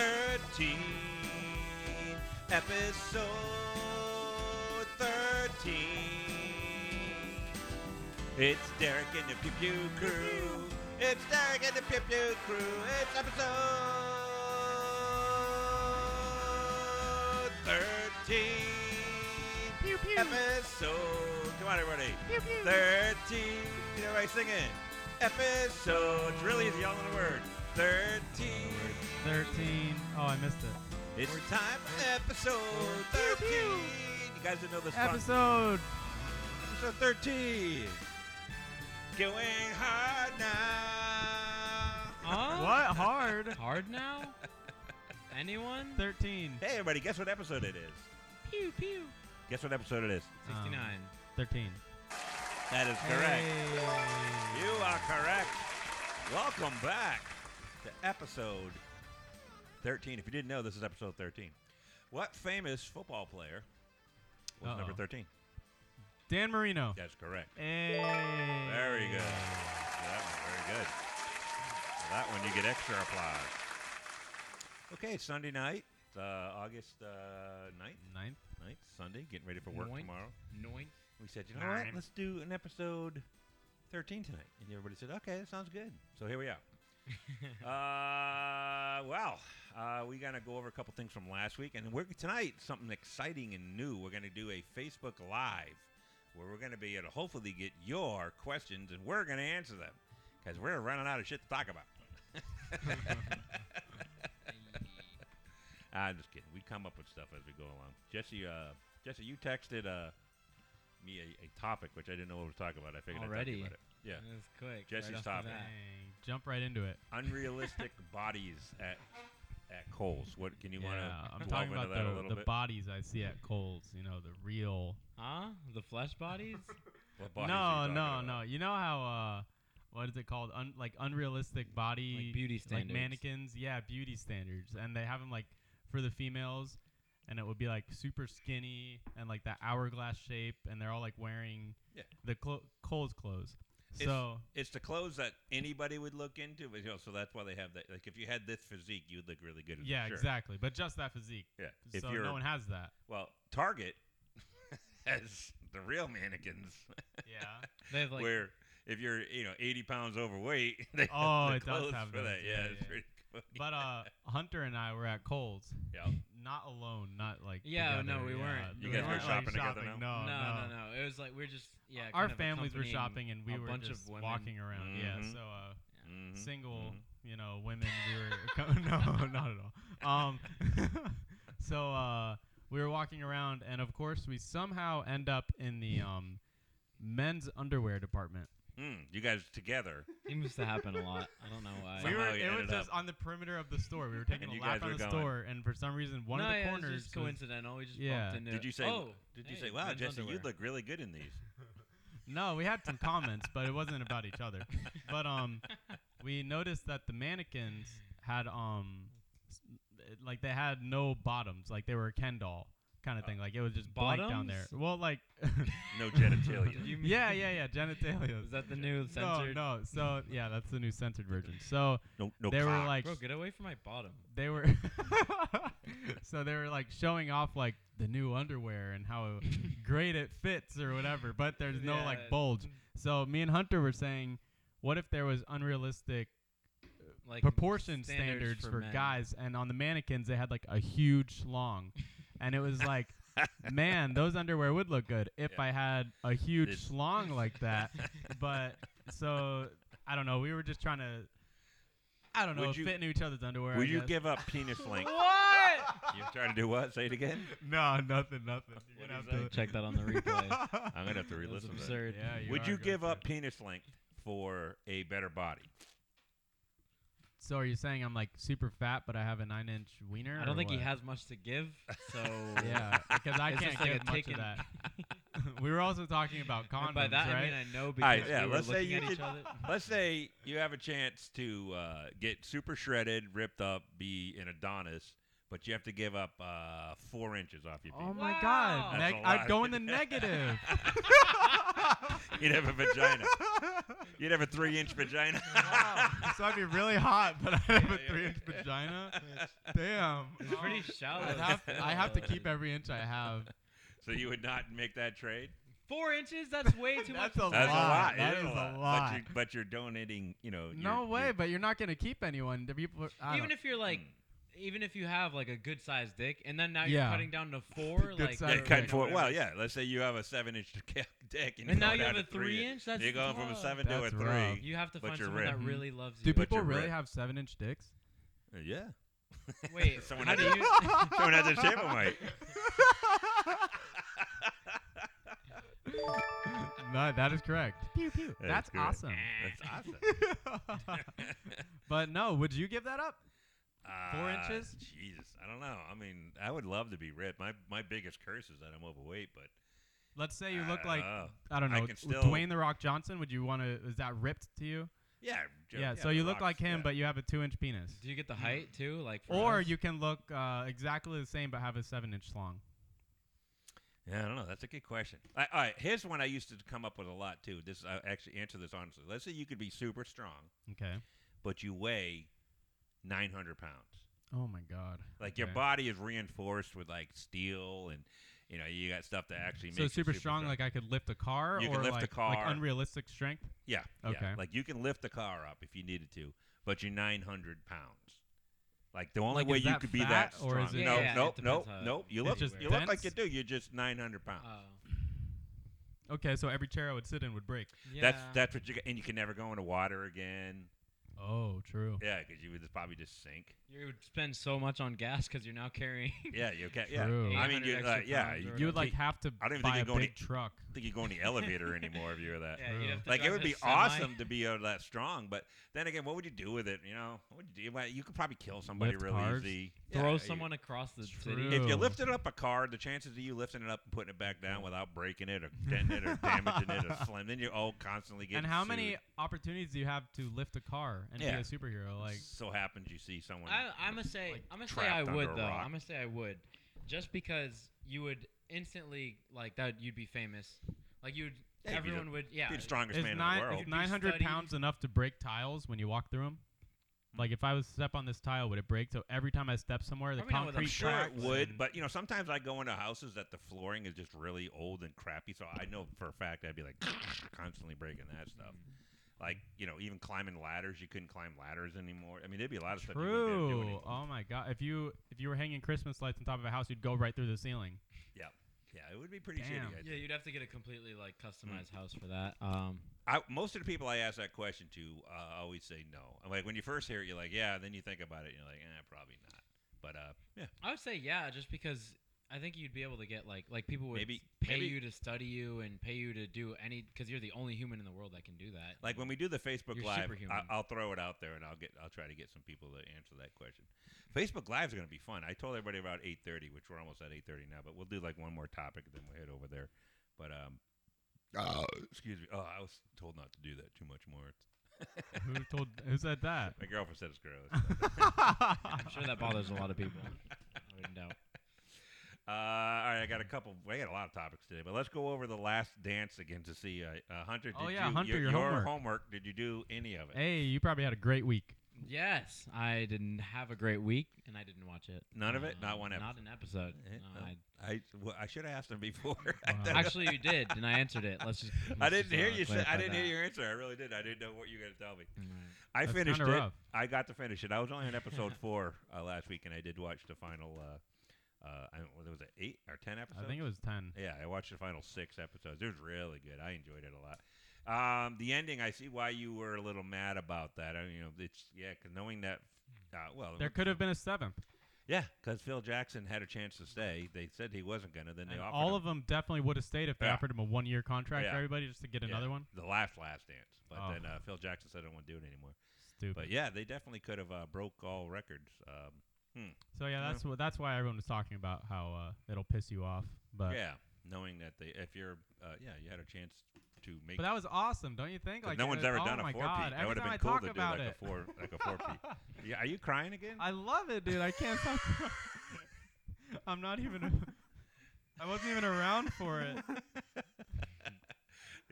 13, episode 13. It's Derek and the Pew Pew Crew. It's Derek and the Pew Pew Crew. It's episode 13. Pew pew. Episode. Come on, everybody. Pew pew. 13. You know, I sing it. Episode. It's really easy. Y'all know the word. 13. 13. Oh, I missed it. It's time for episode 13. You guys didn't know this song. Episode. Episode 13. Going hard now. Huh? What? Hard? Hard now? Anyone? 13. Hey, everybody, guess what episode it is? Pew pew. Guess what episode it is? Um, 69. 13. That is correct. You are correct. Welcome back to episode 13. If you didn't know, this is episode 13. What famous football player was Uh-oh. number 13? Dan Marino. That's correct. Hey. Very good. For that one, very good. For that one, you get extra applause. Okay, it's Sunday night, It's, uh, August uh, 9th, Ninth. 9th, Sunday, getting ready for work Ninth. tomorrow. Um, Noink. We said, you know what, Ninth. let's do an episode 13 tonight. And everybody said, okay, that sounds good. So here we are. uh, wow, uh, we got to go over a couple things from last week. And we're tonight, something exciting and new. We're going to do a Facebook Live where we're going to be able to hopefully get your questions and we're going to answer them because we're running out of shit to talk about. I'm just kidding. We come up with stuff as we go along. Jesse, uh, Jesse, you texted uh, me a, a topic which I didn't know what to talk about. I figured I'd Already? talk about it. Yeah, That was quick. Jesse's right off the topic. bat. Dang. Jump right into it. unrealistic bodies at at Coles. What can you yeah, want to? I'm talking about that a the, little the bit. bodies I see at Kohl's. You know, the real. Huh? The flesh bodies? What bodies are you no, talking no, about? no. You know how, uh, what is it called? Un- like unrealistic body. like beauty standards. Like mannequins, yeah, beauty standards, and they have them like for the females, and it would be like super skinny and like that hourglass shape, and they're all like wearing Yeah. the clo- Cole's clothes. It's- so It's the clothes that anybody would look into, but you know, so that's why they have that. Like, if you had this physique, you'd look really good. in yeah, the shirt. exactly. But just that physique. Yeah. If so you're no one has that. well, Target has the real mannequins, Yeah. They have like where if you're you know 80 pounds overweight, they have Oh, the it does clothes have for those. that. Yeah, Yeah, it's yeah. pretty cool. But uh, Hunter and I were at Kohl's, yeah. not alone, not like Yeah, together, no, we yeah. weren't. You We guys were weren't, like, shopping together shopping. no, Oh, No, no, no, It was like we're just yeah. Our kind of families were accompanying shopping, and we a were bunch just of women. walking around. Mhm. Yeah, so uh, Mhm, single, mhm. you know, women. We were co- no, not at all. Um, so uh, we were walking around, and of course, we somehow end up in the um, men's underwear department. Mm, you guys together. It used to happen a lot. I don't know why. we were. Somehow you It was ended just on the perimeter of the store. We were taking And a you guys lap were on the going. store, and for some reason, one no, of the yeah, it was corners. just was- coincidental. We just Yeah. bumped into. Did you say? Oh, did you hey, say, "Wow, men's Jesse, you underwear." look really good in these"? no, we had some comments, but it wasn't about each other. But um, we noticed that the mannequins had um, s- like they had no bottoms, like they were a Ken doll kind of thing. Like it was just blank down there. Bottoms? Well, like No genitalia. Did you mean- yeah, yeah, yeah, genitalia. Is that the new No, censored? no. So yeah, that's the new censored version. So no, no. they were cock. like, Bro, get away from my bottom. they were, so they were like showing off like the new underwear and how great it fits or whatever. But there's no Yeah. like bulge. So me and Hunter were saying, what if there was unrealistic Like proportion standards, for, men. guys? And on the mannequins, they had like a huge long, and it was like. Man, those underwear would look good if Yeah. I had a huge This- slong like that. but so I don't know. We were just trying to, I don't know, Would you- fit into each other's underwear. Will I you guess. give up penis length? What? You're trying to do what? Say it again. No, nothing, nothing. What You're gonna is have to Check that on the replay. I'm gonna have to That's re-listen to that. absurd. Yeah, Would are you going give for up it. penis length for a better body? So are you saying I'm like super fat, but I have a nine-inch wiener? I don't or think he what? has much to give, so Yeah, because I It's can't just like a give much taken- of that. we were also talking about condoms, And by that I right? mean I know because right, yeah, we were let's say looking you at did- each other. Let's say you have a chance to uh, get super shredded, ripped up, be an Adonis, but you have to give up uh, four inches off your Oh penis. my Wow. That's god. Neg- a I'd lot. go in the negative. You'd have a vagina. You'd have a three inch vagina. so I'd be really hot, but I'd have a Yeah, yeah. three inch vagina. Damn. It's pretty shallow. I'd have, I have to still. keep every inch I have. so you would not make that trade. Four inches? That's way too much. That's a That's lot. a lot. That It is a But, lot. you, but you're donating. You know. your- No your- way, but you're not gonna keep anyone. The people, are- I even don't- if you're like, Mm. even if you have like a good sized dick, and then now you're Yeah. cutting down to four, Good like, size Yeah, Or cut you know, for whatever. well, yeah. Let's say you have a seven-inch dick, and, And now go you down have a to three three-inch? That's You're going from a rough. seven to a That's three. rough. you have to But find you're someone ripped. that really loves do you. but people you're really red. have seven inch dicks? Yeah. Wait, someone how has do a- you? someone has a shape of mine. no, that is correct. Pew pew. That's That's, correct. awesome. That's awesome. but no, would you give that up? Four Uh, inches? Jesus, I don't know. I mean, I would love to be ripped. My my biggest curse is that I'm overweight, but Let's say you I look don't like know. I don't Uh, I know can still- Dwayne the Rock Johnson. Would you want to? Is that ripped to you? yeah, Joe- yeah, So you The look Rock's- like him, yeah. but you have a two inch penis. Do you get the height too? Like, for Or us? you can look uh, exactly the same but have a seven inch long. Yeah, I don't know. That's a good question. I, all right, here's one I used to come up with a lot too. This I actually answer this honestly. Let's say you could be super strong, Okay. but you weigh 900 pounds. Oh my God. Like your Okay. body is reinforced with like steel, and you know you got stuff that actually So makes you super strong, like I could lift a car, You or could lift a like, car. like unrealistic strength. yeah, yeah. Okay. Like you can lift the car up if you needed to, but you're 900 pounds. Like the only Like, way is you that could be fat, that or strong. is it- no, Yeah, yeah, no, it depends no, how- no. You if look, you wear you look like it. you do. You're just 900 pounds. Oh. Okay, so every chair I would sit in would break. That's Yeah. that's what you get, and you can never go into water again. Oh, true. Yeah, because you would just probably just sink. You would spend so much on gas because you're now carrying. Yeah, you can't. Yeah, True. I mean, 800 you extra like, yeah, pounds or You would like I have to I don't even think buy you'd a go any- big truck. think you go in the elevator anymore if you were that. yeah, you'd True. have to Like it drive would a be semi. awesome to be uh, that strong, but then again, what would you do with it? You know, what would you do? Well, You could probably kill somebody Lift really cars? easy. Throw Yeah, you- someone across the True. city. If you Ew. lifted up a car, the chances of you lifting it up and putting it back down without breaking it or denting it or damaging it or slim, then you're all constantly getting. And how sued. many opportunities do you have to lift a car and Yeah. be a superhero? Like, so happens you see someone. I, I'm gonna say, like, I'm gonna say trapped I under would a though. rock. I'm gonna say I would, just because you would instantly like that. You'd be famous. Like you'd, Yeah, you'd be the- everyone would. Yeah. be the strongest is, man nine, in the is world. be 900 studied. pounds enough to break tiles when you walk through them? Hmm. Like, if I was to step on this tile, would it break? So every time I step somewhere, the Probably not with a I'm concrete sure it cracks would, and- but you know, sometimes I go into houses that the flooring is just really old and crappy, so I know for a fact I'd be like constantly breaking that stuff. Like you know, even climbing ladders, you couldn't climb ladders anymore. I mean, there'd be a lot of stuff. You wouldn't be able to do True. anymore. Oh my god. If you if you were hanging Christmas lights on top of a house, you'd go right through the ceiling. yeah, it would be pretty Damn. shitty. I Yeah, think. you'd have to get a completely like Mm. customized house for that. Um, I, most of the people I ask that question to uh, always say no. I'm like, when you first hear it, you're like, yeah. Then you think about it, and you're like, eh, probably not. But uh, yeah, I would say yeah, just because I think you'd be able to get like like people would Maybe- pay maybe- you to study you and pay you to do any because you're the only human in the world that can do that. Like when we do the Facebook You're Live, I, superhuman. I'll throw it out there and I'll get I'll try to get some people to answer that question. Facebook Live is going to be fun. I told everybody about 8:30, which we're almost at 8:30 now, but we'll do like one more topic then we'll head over there. But um, excuse me. Oh, I was told not to do that too much more. Who told? Who said that? My girlfriend said it's gross. I'm sure that bothers a lot of people. I wouldn't doubt. Uh, all right, I got a couple. I got a lot of topics today, but let's go over the last dance again to see. Uh, uh, Hunter, did Oh, yeah, you, Hunter, your, your homework. homework? Did you do any of it? hey, you probably had a great week. Yes, I didn't have a great week, and I didn't watch it. Um, None of it? Not one Not an episode. Eh, No, oh. I- I well, I should have asked him before. Wow. actually, you did, and I answered it. Let's just. I let's didn't just, hear uh, you. Say, clarify I didn't that. hear your answer. I really did. I didn't know what you were going to tell me. Alright. I That's finished it. kinda rough. I got to finish it. I was only on episode four uh, last week, and I did watch the final. Uh, uh, I don't, what was it eight or ten episodes? I think it was ten. Yeah, I watched the final six episodes. It was really good. I enjoyed it a lot. Um, the ending. I see why you were a little mad about that. I mean, you know, it's yeah, 'cause knowing that. Uh, well, There could have been a seventh. yeah, because Phil Jackson had a chance to stay. They said he wasn't gonna. Then they And offered all him of them definitely would have stayed if they Yeah. offered him a one-year contract Yeah. for everybody just to get Yeah. another one. the last last dance, but Oh. then uh, Phil Jackson said I don't want to do it anymore. Stupid. But yeah, they definitely could have uh, broke all records. Um, so yeah, that's wh- that's why everyone was talking about how uh, it'll piss you off. But yeah, knowing that they, if you're, uh, yeah, you had a chance to make. but that was awesome, don't you think? 'cause Like no it one's was- ever oh done a my four God, peat. That every would time have I been cool talk to do about like it. a four, like a four peat. Yeah, are you crying again? I love it, dude. I can't stop. I'm not even. I wasn't even around for it.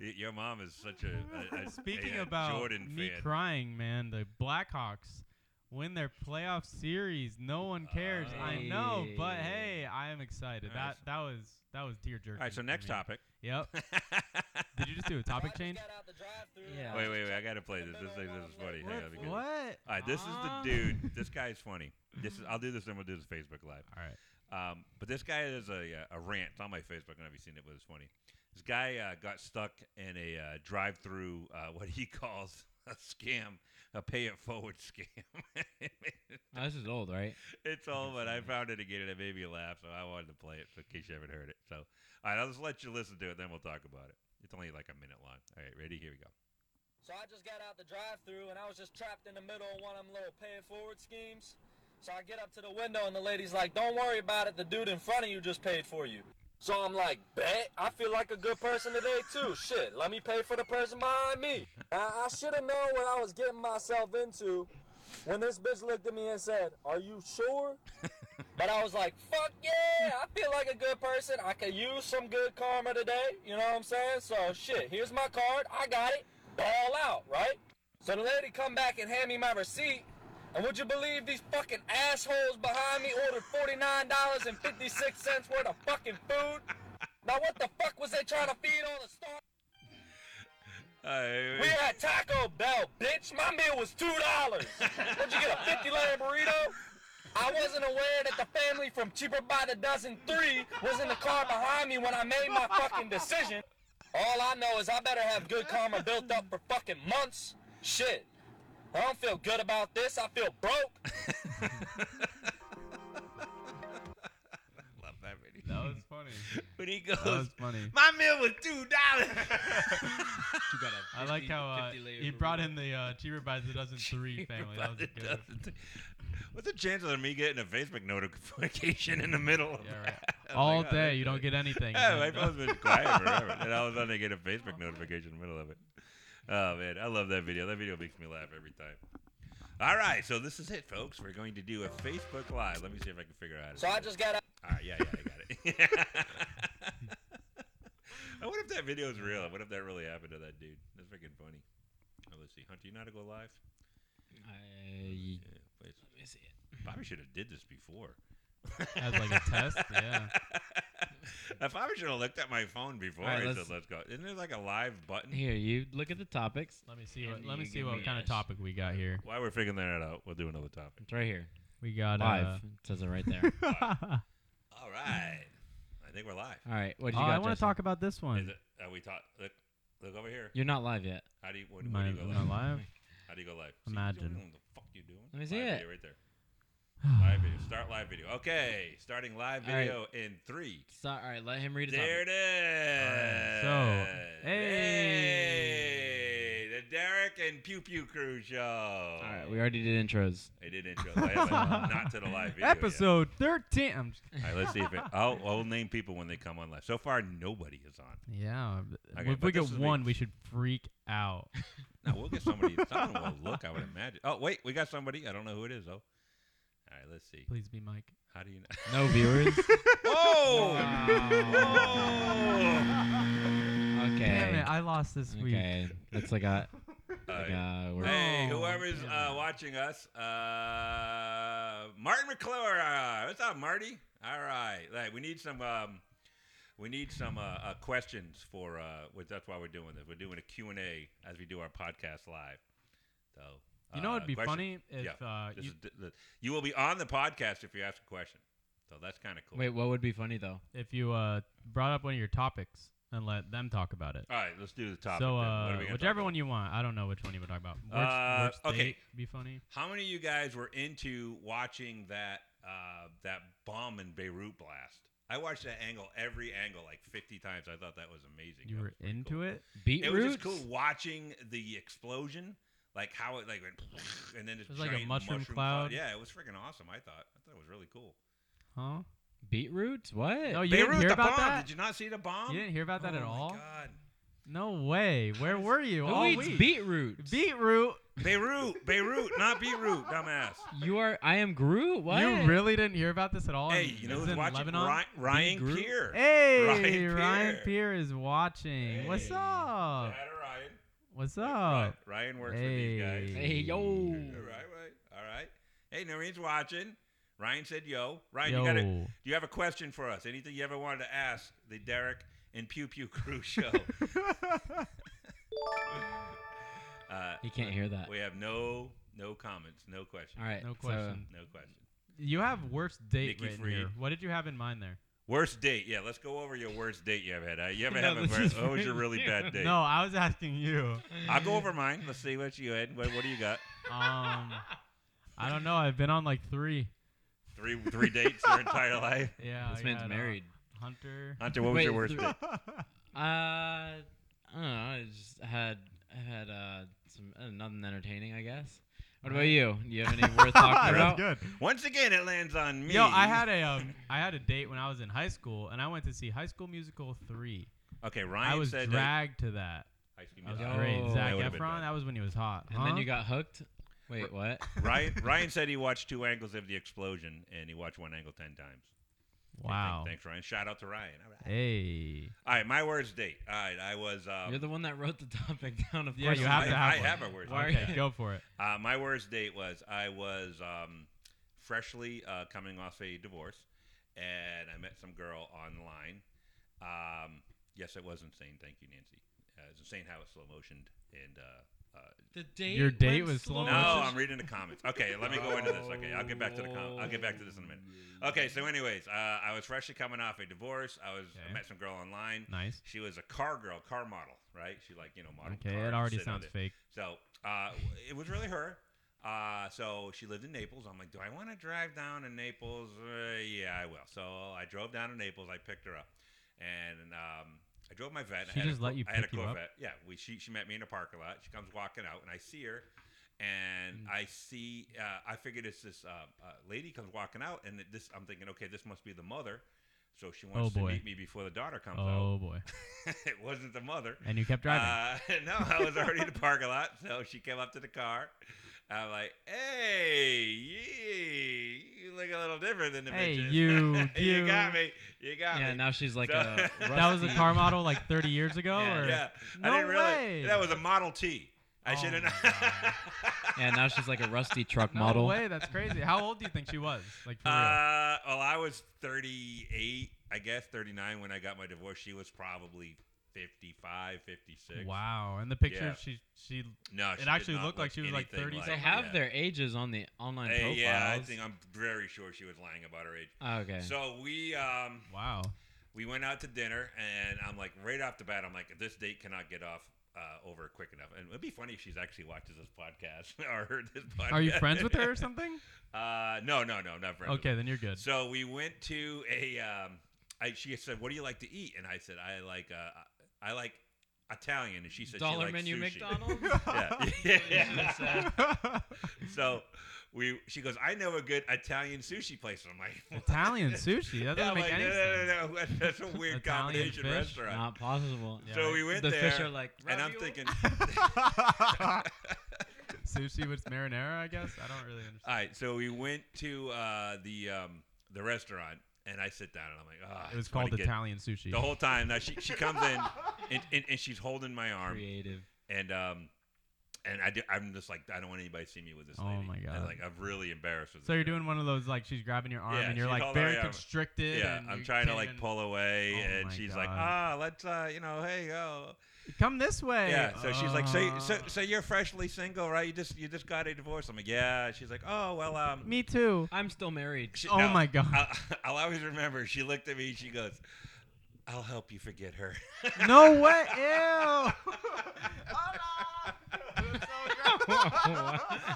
Y- Your mom is such a, a, a Speaking a about Jordan me fan. crying, man, the Blackhawks win their playoff series. No one cares. I know, but Hey. hey, I am excited. All right, That that was that was tear jerking. All right, so for next me. topic. Yep. Did you just do a topic change? Yeah. Wait, wait, wait! I gotta play this. This, thing- this is funny. Hang on, let me get- What? All All right, this Ah. is the dude. This guy is funny. This is. I'll do this, then we'll do this Facebook live. right. Um, but this guy is a, uh, a rant. It's on my Facebook. I don't know if you've seen it, but it's funny. This guy uh, got stuck in a uh, drive-through, uh, what he calls a scam, a pay-it-forward scam. Oh, this is old, right? it's all, but I found it again, and it made me laugh, so I wanted to play it in case you haven't heard it. So, all right, I'll just let you listen to it, then we'll talk about it. It's only like a minute long. All right, ready? Here we go. So I just got out the drive-through and I was just trapped in the middle of one of them little pay-it-forward schemes. So I get up to the window and the lady's like, "Don't worry about it. The dude in front of you just paid for you." So I'm like, "Bet I feel like a good person today too. Shit, let me pay for the person behind me." I, I should have known what I was getting myself into when this bitch looked at me and said, "Are you sure?" But I was like, fuck yeah, I feel like a good person. I could use some good karma today. You know what I'm saying? So shit, here's my card. I got it. Ball out, right? So the lady come back and hand me my receipt. And would you believe these fucking assholes behind me ordered $49.56 worth of fucking food? Now what the fuck was they trying to feed all the star? All right, We wait. had Taco Bell, bitch. My meal was two dollars. Did you get a fifty-layer burrito? I wasn't aware that the family from Cheaper by the Dozen Three was in the car behind me when I made my fucking decision. All I know is I better have good karma built up for fucking months. Shit, I don't feel good about this. I feel broke. love that video. That was funny. When he That was goes, funny. my meal was two dollars. You got I like how uh, he brought in the uh, cheaper by the dozen three family. That was a good. one. What's the chances of me getting a Facebook notification in the middle? Of Yeah, right. that? I'm All like, oh, day that's you don't good. get anything. Yeah, and my then- phone's been quiet forever, and all of a sudden I get a Facebook notification in the middle of it. Oh man, I love that video. That video makes me laugh every time. All right, so this is it, folks. We're going to do a Facebook Live. Let me see if I can figure out. how to So do I this. just got out. All right, yeah, yeah, I got it. I wonder if that video is real. I wonder if that really happened to that dude. That's freaking funny. Oh, let's see. Hunter, you know how to go live? I, Yeah, please. let me see it. Probably should have did this before. As like a test, yeah. I probably should have looked at my phone before All right, I let's- said let's go. Isn't there like a live button? Here, you look at the topics. Let me see what. And Let me you see give what me kind of this. topic we got here. While we're figuring that out, we'll do another topic. It's right here. We got Live. Uh, It says it right there. oh, All right. I think we're live. All right. What do you got? Uh, I want to Justin? talk about this one. Is it, are we talk? Look, look over here. You're not live yet. How do you, what, Am what I, do you go am live? I live? How do you go live? Imagine. See, you don't know what the fuck you doing. Let me see live it. Video right there. Live video. Start live video. Okay, starting live All right. video in three. So, all right. Let him read it. There it is. Alright, so, hey. Hey, the Derek and Pew Pew Crew show. All All right. We already did intros. I did intro. I haven't, Oh, not to the live video. yet. Episode 13. I'm just- All right, let's see if it. I'll, I'll name people when they come on live. So far, nobody is on. yeah. uh, Okay, if but we this get is me. one, we should freak out. No, we'll get somebody. someone will look. I would imagine. Oh wait, we got somebody. I don't know who it is though. All right, let's see. Please be Mike. How do you know? No viewers. Whoa! Damn okay. it, I lost this week. Okay. That's like a. All Like right. a we're Hey, Oh, whoever's damn uh, it. watching us, uh, Martin McClure. uh, What's up, Marty? All right, like, we need some. Um, we need some uh, uh, questions for. Uh, what that's why we're doing this. We're doing a Q and A as we do our podcast live. So You know uh, what'd be question- funny if Yeah, uh, This you, is d- the- you will be on the podcast if you ask a question. So that's kind of cool. Wait, what would be funny though? if you uh, brought up one of your topics and let them talk about it. All right, let's do the topic. so then. What are we uh, gonna talk whichever about? one you want, I don't know which one you would talk about. Works, Uh, works okay. state be funny. How many of you guys were into watching that uh, that bomb in Beirut blast? I watched that angle every angle like 50 times. I thought that was amazing. You That were was pretty into cool. it. Beetroots. It was just cool watching the explosion, like how it like went, and then this It was like a giant mushroom cloud. Yeah, it was freaking awesome. I thought I thought it was really cool. Huh? Beetroots? What? No, you Beirut, didn't hear the bomb. about that. Did you not see the bomb? You didn't hear about that oh at my all. God. No way. Where were you Who all eats week? beetroot? Beetroot. Beirut, Beirut, not Beirut, dumbass. you are. I am Groot. What? You really didn't hear about this at all? Hey, And you know it's who's in watching? Lebanon? Ryan, Ryan Groot? Keir. Hey, Ryan Ryan Peer. Peer. is watching. What's Hey. up? Shout out to Ryan. What's Ryan- up? Ryan works with these guys. Hey. Hey yo. All right, all right. Hey, Noreen's watching. Ryan said, "Yo, Ryan, Yo. you got to Do you have a question for us? Anything you ever wanted to ask the Derek and Pew Pew Crew show? uh, He can't hear that. we have no no comments, no questions, All right. no so- question. no question. you have worst date Nikki written Fried. here. What did you have in mind there? Worst date? Yeah, let's go over your worst date you ever had. Uh, you ever No, have a this worst? is What was your for really you. bad date? No, I was asking you. I'll go over mine. Let's see what you had. What, what do you got? Um, I don't know. I've been on like three. Three three dates your entire life. Yeah. This I man's got, uh, married. Hunter. Hunter, what was Wait, your worst three- date? Uh, I don't know. I just had I had uh some uh, nothing entertaining, I guess. What about Right. you? Do you have any worth talking That's about? good. Once again, it lands on me. Yo, I had a um, I had a date when I was in high school, and I went to see High School Musical three. okay. I Ryan was said dragged to that. that. Excuse me, That was Zach. great. Yo. Zach That would've been Efron. bad. That was when he was hot. And then huh? you got hooked. Wait, what? Ryan Ryan said he watched two angles of the explosion and he watched one angle ten times. Okay, thank- wow. thanks, Ryan. Shout out to Ryan. All right. Hey. All right, my worst date. All right, I was. uh, Um, You're the one that wrote the topic down. Of Yeah, course you have I, to I one. have a worst. Why are date. Okay, go for it. Uh, my worst date was I was um, freshly uh, coming off a divorce, and I met some girl online. Um, yes, it was insane. Thank you, Nancy. Uh, it was insane how it slow motioned and. Uh, uh, The date. Your date went was slow no, motion? I'm reading the comments. Okay, let me go into this. Okay, I'll get back to the com- I'll get back to this in a minute. Okay, so anyways, uh, I was freshly coming off a divorce. I was I Okay. met some girl online. Nice. She was a car girl, car model, right? She like you know model. Okay, it already sounds fake. fake. So uh, it was really her. Uh, so she lived in Naples. I'm like, do I want to drive down to Naples? Uh, yeah, I will. So I drove down to Naples. I picked her up, and um, I drove my vet. I She had a just let Cor- you I had a pick you up? Corvette. Yeah, we, she she met me in a parking lot. She comes walking out, and I see her, and Mm. I see. Uh, I figured it's this uh, uh, lady comes walking out, and it- this I'm thinking, okay, this must be the mother. So she wants to Oh, boy. meet me before the daughter comes Oh boy. out. it wasn't the mother. And you kept driving. Uh, no, I was already in the parking lot, so she came up to the car. I'm like, "Hey, ye, you look a little different than the Hey, bitches." you, you you. got me, you got Yeah, me. now she's like So- a. that was a rusty- car model like 30 years ago. Yeah. or? yeah, No I didn't realize way. that was a Model T. I Oh should have. my Yeah, now she's like a rusty truck No model. way. That's crazy. How old do you think she was? Like for real? uh, well, I was 38, I guess 39 when I got my divorce. She was probably 55, 56. Wow. In the picture, yeah. she she No, she It did actually not looked like look she was like anything 30 like They something. have yeah. their ages on the online Hey, profiles. yeah, I think I'm very sure she was lying about her age. Oh, okay. So we um wow. we went out to dinner, and I'm like right off the bat, I'm like this date cannot get off uh, over quick enough. And it'd be funny if she's actually watches this podcast or heard this podcast. Are you friends with her or something? Uh, no, no, no, not friends. with Okay, then you're her. good. So we went to a. Um, I, she said, "What do you like to eat?" And I said, "I like uh, I like Italian." And she said, she Dollar likes menu sushi. McDonald's. Yeah. yeah. That's what she said. So we she goes, "I know a good Italian sushi place." And I'm like, "What?" Italian sushi. That doesn't Yeah, I'm make like, any no, sense. no, no, no, That's a weird Italian combination fish? restaurant. Not possible. Yeah, So right. we went the there, fish are like. and I'm "Ravioli?" thinking, sushi with marinara, I guess. I don't really understand. all right. So we went to uh, the um, the restaurant, and I sit down, and I'm like, ah. It was it's funny called getting- Italian sushi. The whole time, now she she comes in, and, and, and she's holding my arm, creative. and um, and I do, I'm just like, I don't want anybody to see me with this Oh lady. my And God. like I'm really embarrassed. With so this you're girl. doing one of those like she's grabbing your arm Yeah, and you're she's like holding my very arm. constricted. Yeah, and I'm you trying to can't like even- pull away, Oh and my she's like, God. ah, let's uh, you know, hey, go. Come this way. Yeah. So she's like, so, so, Uh, so you're freshly single, right? You just you just got a divorce. I'm like, yeah. She's like, oh well, um. me too. I'm still married. she- Oh no, my god. I'll, I'll always remember. She looked at me. She goes, "I'll help you forget her." No way! Ew! Hola!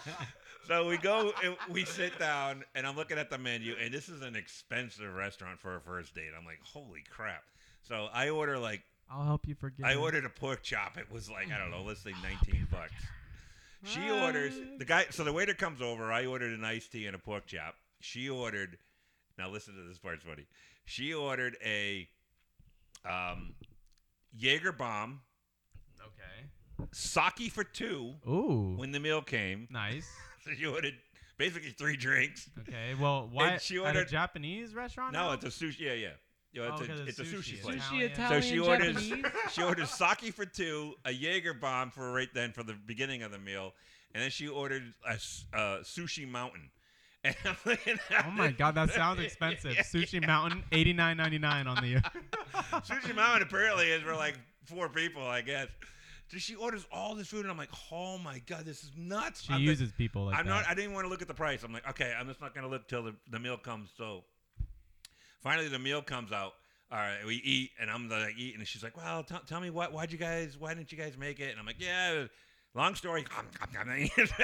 So we go, and we sit down, and I'm looking at the menu, and this is an expensive restaurant for a first date. I'm like, holy crap! So I order like I'll help you forget. I it. ordered a pork chop. It was like I don't Oh. know, let's say 19 bucks. She orders the guy. So the waiter comes over. I ordered an iced tea and a pork chop. She ordered. Now listen to this part's funny. She ordered a um, Jaeger bomb Okay. Sake for two Ooh. when the meal came. nice. So you ordered basically three drinks. Okay. Well, why she at a ordered- Japanese restaurant? No, now? it's a sushi. Yeah, yeah. You know, it's Oh, a, 'cause it's it's a sushi, sushi it's place. Sushi, Italian. So Italian, she orders Japanese. she orders sake for two, a Jaeger bomb for right then for the beginning of the meal, and then she ordered a s- uh, sushi mountain. And I'm looking at Oh my it. god, that sounds expensive. Sushi Mountain, eighty nine ninety nine on the year. Sushi mountain apparently is for like four people, I guess. So she orders all this food, and I'm like, oh my god, this is nuts. She I'm like- uses people like I'm that. not. I didn't want to look at the price. I'm like, okay, I'm just not gonna look till the, the meal comes. So finally, the meal comes out. All right, we eat, and I'm like eating, and she's like, well, t- tell me what? Why'd you guys? Why didn't you guys make it? And I'm like, yeah. Long story. Yeah,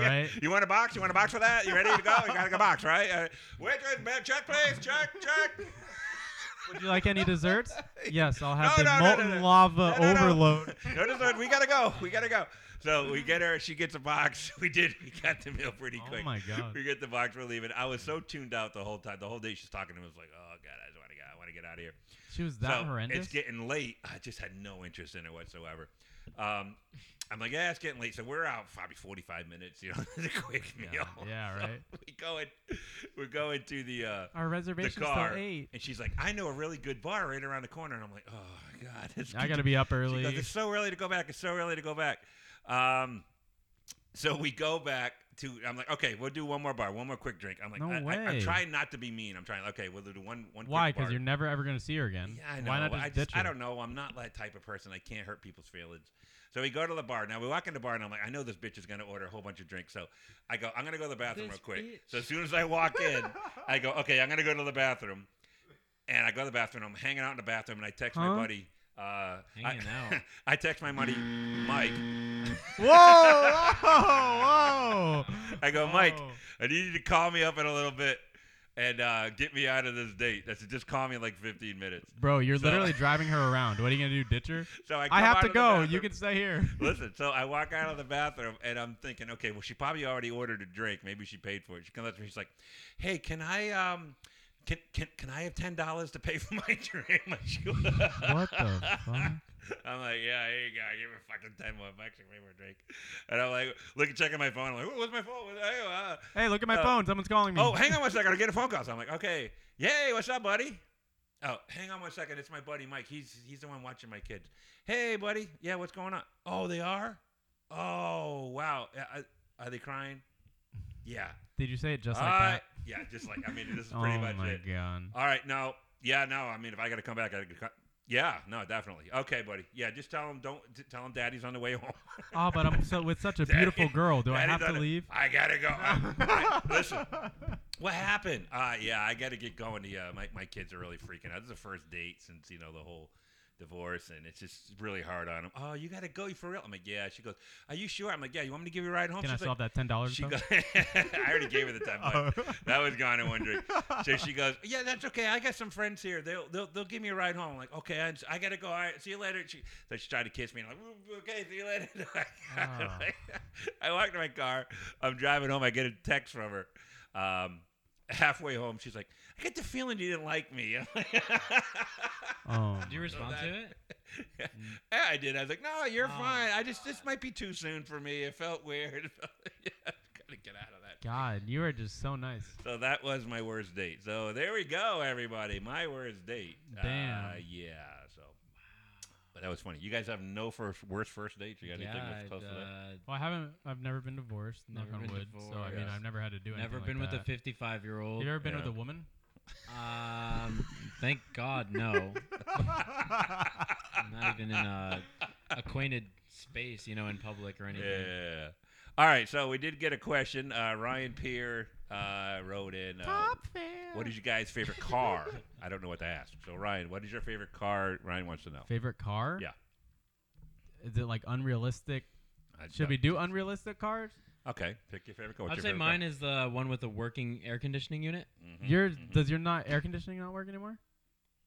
right. You want a box? You want a box for that? You ready to go? You got a box, right? Uh, waitress, ma'am, check, please. Check, check. Would you like any desserts? Yes, I'll have No, the no, no, no, molten no. lava No, no, no. overload. No dessert. We gotta go. We gotta go. So we get her. She gets a box. We did. We got the meal pretty Oh quick. my God. We get the box. We're leaving. I was so tuned out the whole time. The whole day she's talking to me. I was like, oh god, I just want to get. I want to get out of here. She was that so horrendous. It's getting late. I just had no interest in it whatsoever. Um, I'm like, yeah, it's getting late. So we're out probably 45 minutes. You know, it's a quick meal. yeah, right. we going. We're going to the. Uh, Our the reservation's car, till eight. and she's like, "I know a really good bar right around the corner," and I'm like, "Oh God, it's I gotta be up she early. goes, it's so early to go back. It's so early to go back. Um, so we go back to. I'm like, okay, we'll do one more bar, one more quick drink. I'm like, No I, am way. trying not to be mean. I'm trying. Okay, we'll do one one. Why? Because Because you're never ever gonna see her again. Yeah, I know. Why not just I, ditch just, her? I don't know. I'm not that type of person. I can't hurt people's feelings. So we go to the bar. Now we walk in the bar, and I'm like, I know this bitch is gonna order a whole bunch of drinks. So I go, I'm gonna go to the bathroom This real quick. bitch. So as soon as I walk in, I go, okay, I'm gonna go to the bathroom. And I go to the bathroom. I'm hanging out in the bathroom, and I text Huh? my buddy. Uh, Hanging I, out. I text my buddy Mike. Whoa! Oh. Whoa! Whoa! I go, Mike, Whoa. I need you to call me up in a little bit and uh, get me out of this date. That's just call me in like 15 minutes. Bro, you're So- literally driving her around. What are you gonna do, ditch her? So I, I come have out to of the go. You bathroom. can stay here. Listen, so I walk out of the bathroom and I'm thinking, okay, well, she probably already ordered a drink. Maybe she paid for it. She comes up to me. She's like, hey, can I, um, can, can, can I have $10 to pay for my drink? Like, she- What the fuck? I'm like, yeah, here you go. Give her fucking 10 more bucks and pay for a drink. And I'm like, look at checking my phone. I'm like, "What- what's my phone? What- hey, uh, Hey, look at my Uh, phone. Someone's calling me. Oh, hang on one second. I'll get a phone call. So I'm like, okay, yay, what's up, buddy? Oh, hang on one second. It's my buddy Mike. He's he's the one watching my kids. Hey, buddy. Yeah, what's going on? Oh, they are. Oh, wow. Uh, Are they crying? Yeah. Did you say it just All like right. that? Yeah, just like I mean, this is pretty oh much my it. god. All right, no, yeah, no. I mean, if I got to come back, I gotta co- yeah, no, definitely. Okay, buddy. Yeah, just tell him don't t- tell him daddy's on the way home. Oh, but I'm so with such a Daddy- beautiful girl. Do I Daddy's have to on the- leave? I gotta go. I- I- listen, what happened? Uh, yeah, I got to get going. The, uh, my, my kids are really freaking out. This is the first date since, you know, the whole divorce, and it's just really hard on them. Oh, you got to go. You for real? I'm like, yeah. She goes, are you sure? I'm like, yeah. You want me to give you a ride home? Can I She's still like, have that ten dollars? she goes, I already gave her the ten Oh. bucks. That was gone in one drink. So she goes, yeah, that's okay. I got some friends here. They'll they'll, they'll give me a ride home. I'm like, okay, I, I gotta go. All right, see you later. She, so she tried to kiss me, and I'm like, okay, see you later. Ah. I walked to my car. I'm driving home. I get a text from her. Um, halfway home, she's like, I get the feeling you didn't like me. Oh, Did you respond that- to it? Yeah, I did. I was like, no, you're Oh, fine. I just this might be too soon for me. It felt weird. yeah, gotta get out of that. God, you are just so nice. So that was my worst date. So there we go, everybody. My worst date. Uh, Damn. yeah. So. But that was funny. You guys have no first worst first dates. You got yeah, anything that's I'd, close to that? uh, Well, I haven't. I've never been divorced. Knock Never on been wood. So I mean, divorced. I've never had to do anything. Never like been with a that. 55 year Have old. you ever been Yeah. with a woman? Um, thank God, no. I'm uh, not even in a acquainted space, you know, in public or anything. Yeah. All right. So we did get a question. Uh, Ryan Peer uh, wrote in. Uh, fan. what is your guys' favorite car? I don't know what to ask. So Ryan, what is your favorite car? Ryan wants to know. favorite car? Yeah. Is it like unrealistic? I- Should we do unrealistic cars? Okay. Pick your favorite car. Mm-hmm. I'd say mine is the one with the working air conditioning unit. is. Your does your not air conditioning not work anymore?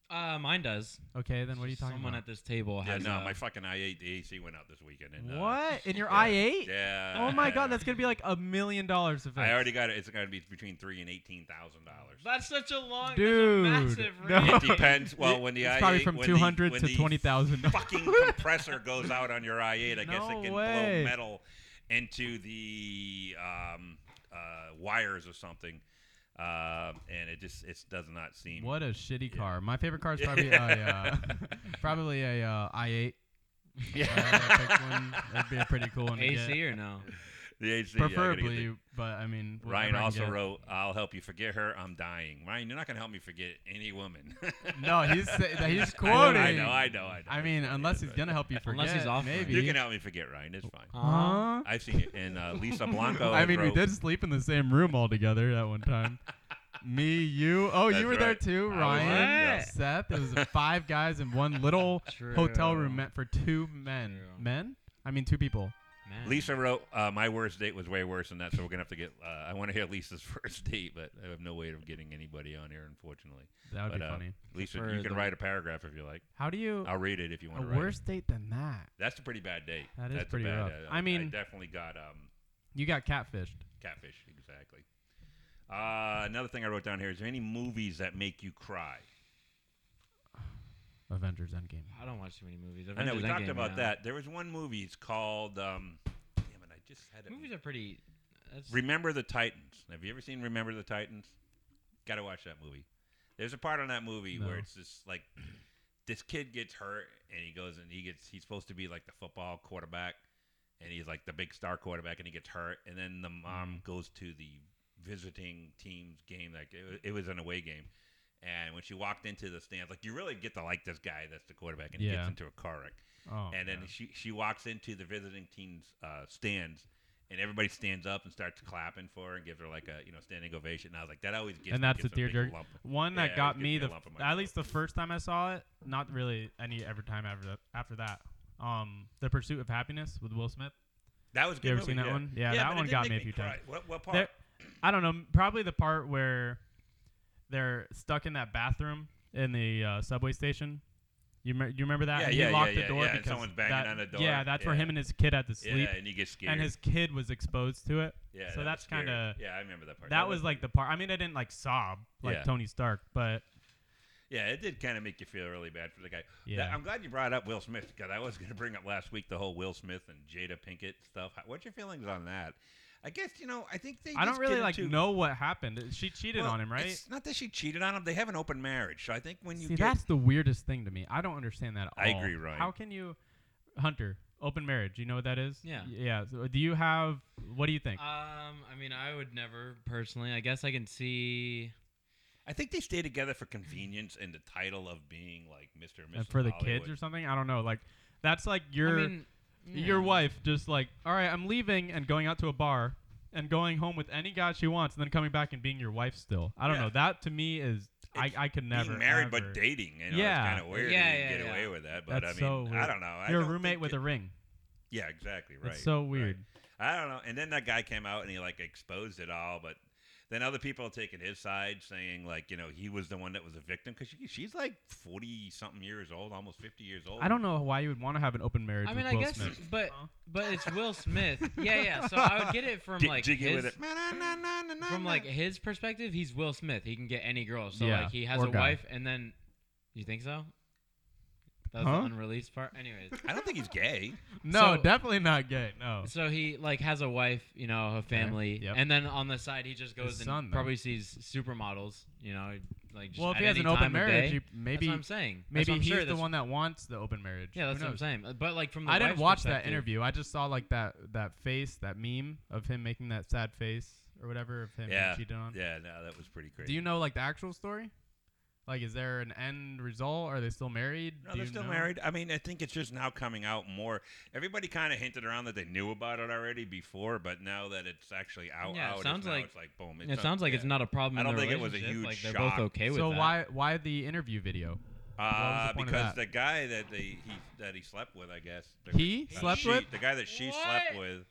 Uh, mine does. Okay, then what are you talking Someone about? at this table Yeah, has. no, a- my fucking i8 the AC went out this weekend. And, uh, what in your yeah, i eight? Yeah. Oh my god, that's gonna be like a million dollars of it. I already got it. It's going to be between three and eighteen thousand dollars. That's such a long, that's Dude, a massive no. range. It depends. Well, when the It's i8 probably from when two hundred the, when to the twenty thousand. fucking compressor goes out on your i8, I guess No it can way. blow metal into the um, uh, wires or something, uh, and it just it does not seem. What a shitty Yeah. car. My favorite car is probably a uh, probably a uh, i eight. That'd be a pretty cool one. to get. AC or no? The AC, yeah, I gotta get preferably, the- but I mean, whatever I Ryan can also get. wrote, "I'll help you forget her. I'm dying." Ryan, you're not gonna help me forget any woman. No, he's sa- that he's I know, quoting. I know, I know, I know. I mean, unless he's but- gonna help you forget. Unless he's offering. maybe. You can help me forget, Ryan. It's fine. Huh? I've seen it. And uh, Lisa Blanco. I mean, we wrote- did sleep in the same room all together that one time. Me, you. Oh, That's you were there right. too, I was Ryan, there, yeah. Seth. It was five guys in one little hotel room meant for two men. True. Men? I mean, two people. Man. Lisa wrote, uh, "My worst date was way worse than that." So we're gonna have to get. Uh, I want to hear Lisa's first date, but I have no way of getting anybody on here, unfortunately. That would but, be uh, funny. Lisa, For you can the- write a paragraph if you like. How do you I'll read it if you want a to write. worse date than that? That's a pretty bad date. That is That's a pretty bad, rough. uh, I mean- definitely got um, You got catfished. catfish exactly. Uh, another thing I wrote down here is there any movies that make you cry? Avengers Endgame. I don't watch too many movies. I know we Avengers talked Endgame, about yeah. that. There was one movie. It's called. Um, damn it! I just had it. Movies are pretty. That's, Remember the Titans. Have you ever seen Remember the Titans? Got to watch that movie. There's a part on that movie No. where it's just like this kid gets hurt and he goes and he gets he's supposed to be like the football quarterback and he's like the big star quarterback and he gets hurt and then the mom Mm-hmm. goes to the visiting team's game like it, wa- it was an away game and when she walked into the stands like you really get to like this guy that's the quarterback and he Yeah. gets into a car wreck Oh. and then man. she she walks into the visiting team's uh, stands, and everybody stands up and starts clapping for her and gives her like a you know standing ovation. And I was like, that always gets and that's a gets big tearjerker. lump. One Yeah, that it got gives me me a the lump in my at least the first time I saw it. Not really any every time after that. After that, um, the Pursuit of Happiness with Will Smith. That was a good. You ever movie, seen that yeah. one? Yeah, that but it one did got make me a few cry. times. What, what part? There, I don't know. Probably the part where they're stuck in that bathroom in the uh, subway station. You, me- you remember that? Yeah, And he yeah, locked yeah, the yeah, door yeah, and because someone's banging that- on the door. Yeah, that's where Yeah. him and his kid had to sleep, yeah, and you get scared. and his kid was exposed to it. yeah, so that that's was scary. kind of yeah. I remember that part. that was like the part. I mean, I didn't like sob like Yeah. Tony Stark, but yeah, it did kind of make you feel really bad for the guy. That- yeah. I'm glad you brought up Will Smith because I was going to bring up last week the whole Will Smith and Jada Pinkett stuff. How- What's your feelings on that? I guess you know. I think they. I don't just really get like into- know what happened. She cheated Well, on him, right? It's not that she cheated on him. They have an open marriage. So I think when you See, get that's the weirdest thing to me. I don't understand that. At I all. agree, Ryan. How can you, Hunter? Open marriage. You know what that is? Yeah. Y- Yeah. So do you have? What do you Uh, think? Um, I mean, I would never personally. I guess I can see. I think they stay together for convenience and the title of being like Mr. and Mrs. And Uh, for the Hollywood. kids or something? I don't know. Like, that's like I your mean, your yeah. wife just like, all right, I'm leaving and going out to a bar and going home with any guy she wants, and then coming back and being your wife still. I don't Yeah. know. That to me is I It's I could never being married ever. but dating. You know, Yeah. it's kind of weird Yeah, that you yeah, can get yeah. away with that. But That's I mean, so I weird. don't know. I You're a don't roommate think with it- a ring. Yeah, exactly. Right. It's so right. weird. I don't know. And then that guy came out and he like exposed it all, but then other people are taking his side, saying like, you know, he was the one that was a victim because she, she's like forty something years old, almost fifty years old. I don't know why you would want to have an open marriage I mean, with I Will guess, Smith. but Huh? but it's Will Smith. yeah, yeah. So I would get it from Get like jiggy his, with it. from like his perspective. He's Will Smith. He can get any girl. So Yeah, like he has or a guy. wife, and then you think so? That was Huh? the unreleased part. Anyways, I don't think he's gay. No, So- definitely not gay. No. so he like has a wife, you know, a family, Oh. yep. and then on the side he just goes and son, though. probably sees supermodels, you know, like just Well, if at he has any an open time of marriage, day. you, That's maybe what I'm saying. That's maybe what I'm he's sure the that's- one that wants the open marriage. Yeah, Who that's what I'm knows? saying. Uh, But like from the I didn't wife's watch that perspective- interview. I just saw like that that face, that meme of him making that sad face or whatever of him being Yeah. cheated on. Yeah, no, that was pretty crazy. Do you know like the actual story? Like, is there an end result? Are they still married? No, Do they're you still know? married. I mean, I think it's just now coming out more. Everybody kind of hinted around that they knew about it already before, but now that it's actually out, Yeah, it out, it's sounds now like- it's like boom. It sounds like it's not a problem. I in don't their think it was a relationship. huge Like they're shock. both okay with So that. why why the interview video? uh, the point of because that? the guy that they he that he slept with, I guess the- He uh, slept she- with? the guy that she slept What? with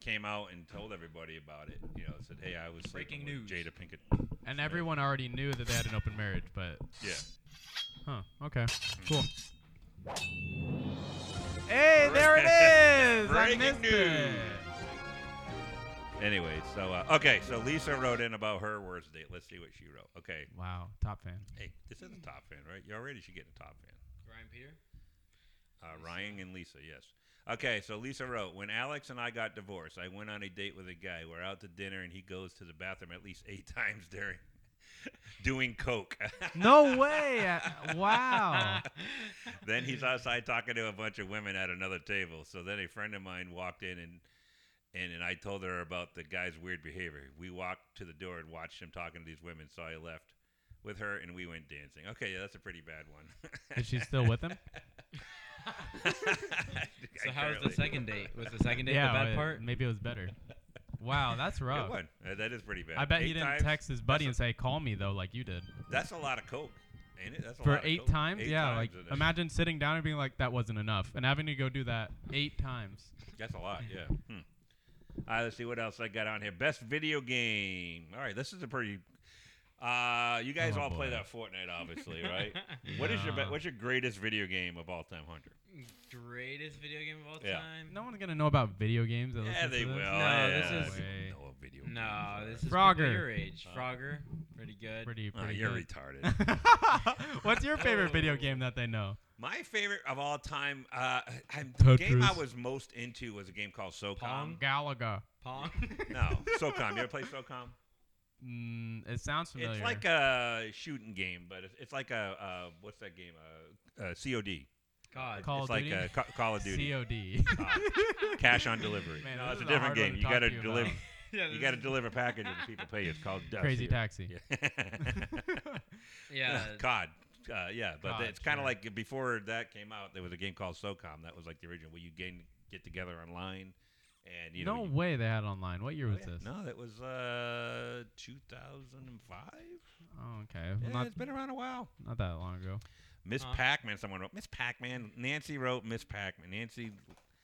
came out and told everybody about it. You know, said, "Hey, I was sleeping Breaking with news. Jada Pinkett." And everyone already knew that they had an open marriage, but Yeah, Huh. Okay. Cool. Hey, there it is. I Breaking missed news. it. Anyway, so uh, okay, so Lisa wrote in about her worst date. Let's see what she wrote. Okay, Wow, top fan. hey, this is a top fan, right? You already should get a top fan. Ryan Peter. Uh, Ryan and Lisa, yes. Okay, so Lisa wrote, when Alex and I got divorced, I went on a date with a guy. We're out to dinner, and he goes to the bathroom at least eight times during doing coke. No way. I- Wow. then he's outside talking to a bunch of women at another table. So then a friend of mine walked in and and, and I told her about the guy's weird behavior. We walked to the door and watched him talking to these women, so I left with her and we went dancing. Okay, yeah, that's a pretty bad one. Is she still with him? so how was the Apparently. second date? Was the second date yeah. the bad wait, part? Maybe it was better. Wow, that's Good rough. one. Uh, that is pretty bad. I bet Eight he didn't times? text his buddy and That's say, "Call me" though, like you did. a, that's a lot of coke, ain't it? That's a lot For of eight coke. times, Eight yeah. times, like, and that's- imagine sitting down and being like, "That wasn't enough," and having to go do that eight times. That's a lot, yeah. Hmm. All right, let's see what else I got on here. Best video game. All right, this is a pretty. Uh, you guys Oh, all play boy. that Fortnite, obviously, right? What is your be- Yeah. what's your greatest video game of all time, Hunter? Greatest video game of all Yeah. time. No one's gonna know about video games. that Yeah, listens to they this. will. No, this yeah. is- People know what video games No, are. this is Frogger. People your age. Oh. Frogger, pretty good. Pretty, Oh, pretty you're good. retarded. What's your favorite video Oh. game that they know? My favorite of all time, uh, I, the game I Tetris. was most into was a game called SOCOM. Pong? Galaga. Pong. No, SOCOM. You ever play SOCOM? Mm, it sounds familiar. It's like uh, a shooting game, but it's, it's like a uh, what's that game? Uh, uh, COD. Call God. Call of it's like Duty? uh, Ca- Call of Duty. COD. Cash on delivery. Man, no, it's this a is a different hard one game. to You talk gotta to you deliver. about. yeah, You this gotta is- deliver packages and people pay you. It's called uh, Crazy CO. Taxi. Yeah. Yeah. COD. Uh, yeah, but COD, it's kind of sure. like before that came out, there was a game called SOCOM. That was like the original where you gain, get together online, and you no know. you- way they had online. What year Oh, was yeah. this? No, that was uh, 2005. Oh, okay. Yeah, Not, it's been around a while. not that long ago. Miss Huh? Pac-Man. Someone wrote Miss Pac-Man. Nancy wrote Miss Pac-Man. Nancy.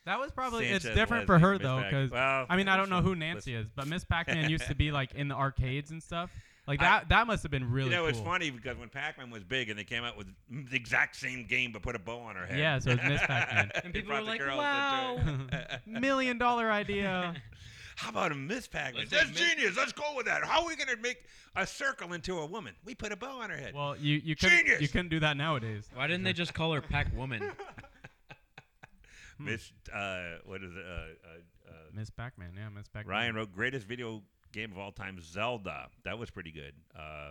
That was probably it's Sanchez different for Leslie, her Miss though, Pac- because well, I mean I don't know listen, who Nancy is, but Miss Pac-Man used to be like in the arcades and stuff. Like I- that. that must have been really. you know, cool. it's funny because when Pac-Man was big and they came out with the exact same game but put a bow on her head. Yeah, so it's Miss Pac-Man. They And people brought were the like, girls into it. Million dollar idea. How about a Miss Pac-Man? Let's That's take Miss- genius. Let's go with that. How are we going to make a circle into a woman? We put a bow on her head. well, you you couldn't, Genius. you couldn't do that nowadays. Why didn't they just call her Pac Woman? hmm. Miss, uh, what is it? Uh, uh, uh, Miss Pac-Man, yeah, Miss Pac-Man. Ryan wrote greatest video game of all time, Zelda. That was pretty good. Uh,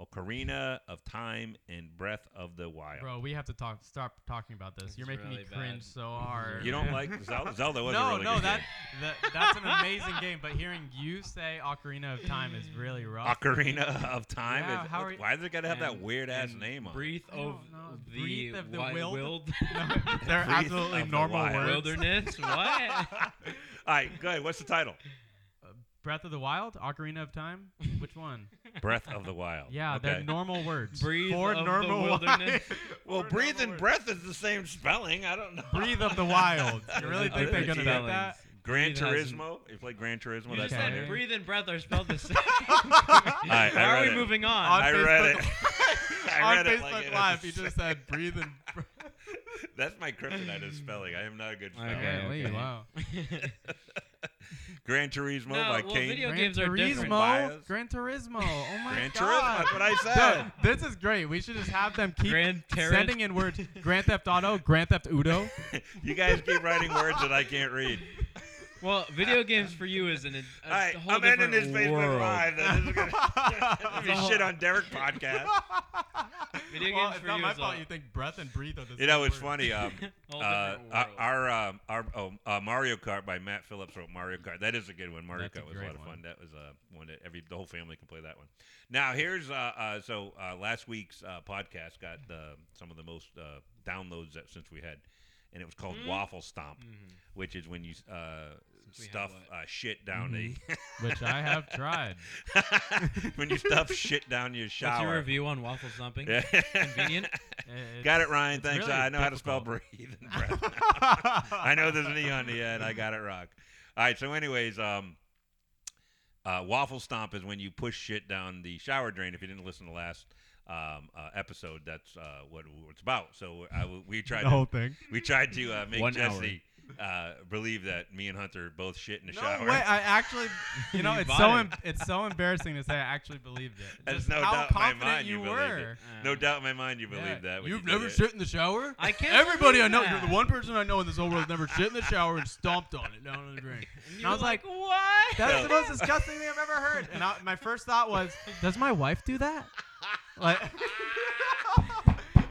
Ocarina of Time and Breath of the Wild. Bro, we have to talk. Stop talking about this. You're It's making me really cringe bad. so hard. You don't man. like Zelda? Zelda was a no, really no, good that, game. that that's an amazing game. But hearing you say Ocarina of Time is really rough. Ocarina Uh, of Time. Yeah, is, how what- are you- why does it gotta have that And- weird ass and name on? it? Breathe I of don't know. the, Breathe of the wi- wild- wild- No, they're Breathe absolutely of the normal wild. words. wilderness. What? All right, good. What's the title? Breath of the Wild, Ocarina of Time. Which one? Breath of the Wild. Yeah, they're Okay. normal words. Breathe Four of the normal wilderness. words. well, Four breathe normal and words. breath is the same spelling. I don't know. Breathe of the Wild. You really Oh, think they're that's gonna easy. get that? Gran Breathe has- Turismo. You play Gran Turismo. You that's just on Okay. said there. breathe and breath are spelled the same. I Why are read we it. moving On on? I read Facebook- it. I On read it Facebook like it Live, was- you just said breathe and. Br- That's my kryptonite is spelling. I am not a good speller. Okay. Apparently, wow. Gran Turismo No, by well, King. video- Gran games are different. Turismo, Bias. Gran Turismo. Oh my Gran Turismo. god. That's what I Dude, said. this is great. We should just have them keep Gran Terrence- sending in words. Grand Theft Auto, Grand Theft Udo. you guys keep writing words that I can't read. well, video games for you is an, a, All right, whole I'm ending different this Facebook world. Live. This is gonna, this is It's a gonna whole- be shit on Derek podcast. Video well, games it's for not you my is fault a- you think breath and breathe are the You know, same it's word. funny. Um, Whole uh, different our our, world. um, our oh, uh, Mario Kart by Matt Phillips wrote Mario Kart. That is a good one. Mario That's a Kart was a great lot of one. fun. That was uh, one that every the whole family can play that one. Now here's uh, uh, so uh, last week's uh, podcast got uh, some of the most uh, downloads that since we had, and it was called Mm. Waffle Stomp, Mhm. which is when you uh, Since we had stuff what? Mm-hmm. uh, shit down Which I have tried. the when you stuff shit down your shower. What's your review on waffle stomping? Convenient. It's- Got it, Ryan. it's Thanks. really I know how to spell difficult. breathe and breath. I know there's an E on the end. I got it rock. All right. So, anyways, um, uh, waffle stomp is when you push shit down the shower drain. If you didn't listen to last um, uh, episode. That's uh, what it's about. So I, w- we tried the whole to, thing. we tried to uh, make One hour. Jesse uh, believe that me and Hunter both shit in the No shower. way! I actually, you know, You it's bought so it. em- it's so embarrassing to say I actually believed it. There's Just no how doubt in my confident mind you you believed it. were. No doubt in my mind you believe Yeah. that. when You've you did never it. shit in the shower. Uh, I can't Everybody I believe know, you're the that. one person I know in this whole world that never shit in the shower and stomped on it down on the drain. And I was like, what? That's the most disgusting thing I've ever heard. And I, my first thought was, does my wife do that? Like,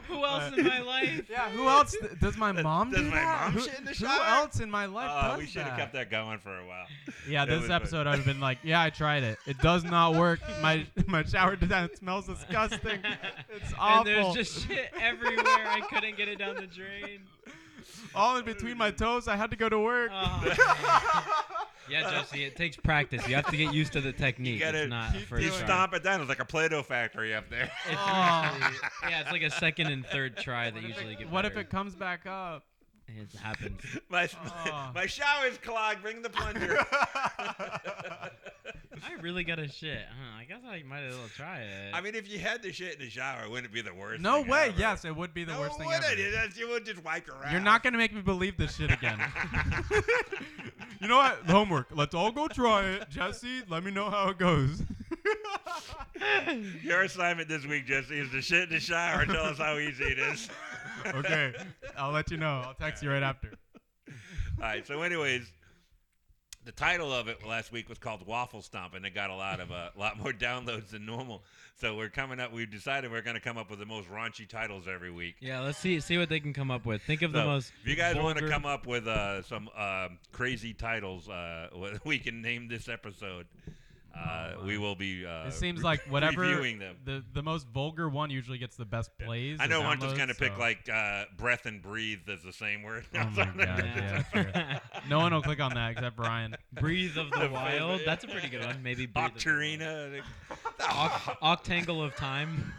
Who else in my life? yeah, who else th- does my mom does do my that? mom who, shit in the who shower? else in my life Uh, does we should that? have kept that going for a while. Yeah, It this was funny. episode I'd have been like, yeah, I tried it. It does not work. My my shower design smells disgusting. It's And awful. there's just shit everywhere. I couldn't get it down the drain. All in between my toes. I had to go to work. Oh. yeah, Jesse, it takes practice. You have to get used to the technique. gotta it's not a keep first You doing try. it. stomp it down. It's like a Play-Doh factory up there. It's Oh. usually- yeah, it's like a second and third try that What if usually it- get what if better. it comes back up? It happens. my, Oh. my shower's clogged. Bring the plunger. I really got a shit. Huh, I guess I might as well try it. I mean, if you had the shit in the shower, wouldn't it be the worst? No thing way. ever? Yes, it would be the no, worst thing wouldn't. ever. It- that's- You would just wipe your ass. You're not gonna make me believe this shit again. you know what? Homework. Let's all go try it. Jesse, let me know how it goes. Your assignment this week, Jesse, is to shit in the shower. Tell us how easy it is. okay. I'll let you know. I'll text you right after. All right. So, anyways, the title of it last week was called Waffle Stomp, and it got a lot of uh, a lot more downloads than normal. So we're coming up. We decided we're going to come up with the most raunchy titles every week. yeah, let's see see what they can come up with. Think of the So, most. if you guys want to vulgar- come up with uh, some um crazy titles, uh, we can name this episode. Uh, we will be. Uh, Oh, It seems re- like whatever reviewing them. the the most vulgar one usually gets the best plays. I or know Hunter's downloads, going to pick so- like uh, breath and breathe as the same word. Oh my God, yeah, No one will click on that except Brian. Breathe of the favorite- Wild. That's a pretty good one. Maybe Breathe of the Wild. Octarina. Oct- Octangle of Time.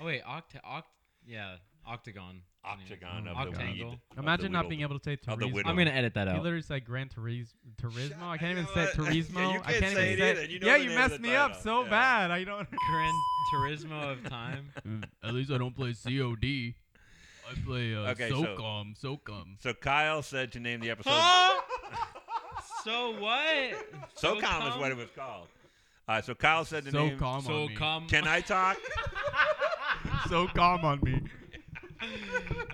oh wait, oct oct yeah, octagon. Octagon of the Octangle. weed. Imagine not being able to say of the Turismo. widow. I'm gonna edit that You out. literally said Gran Turis- Turismo. I can't you even know say it, what? Turismo. Yeah, you I can't can't say even it say. either. You know the yeah, you name of messed the me up title. so Yeah. bad. I don't. Gran Turismo of Time. At least I don't play COD. I play uh, Okay, so- SOCOM, SOCOM. So Kyle said to name the episode. Huh? so what? SoCom is what it was called. Uh, so Kyle said to name. So come. Can I talk? So calm on me.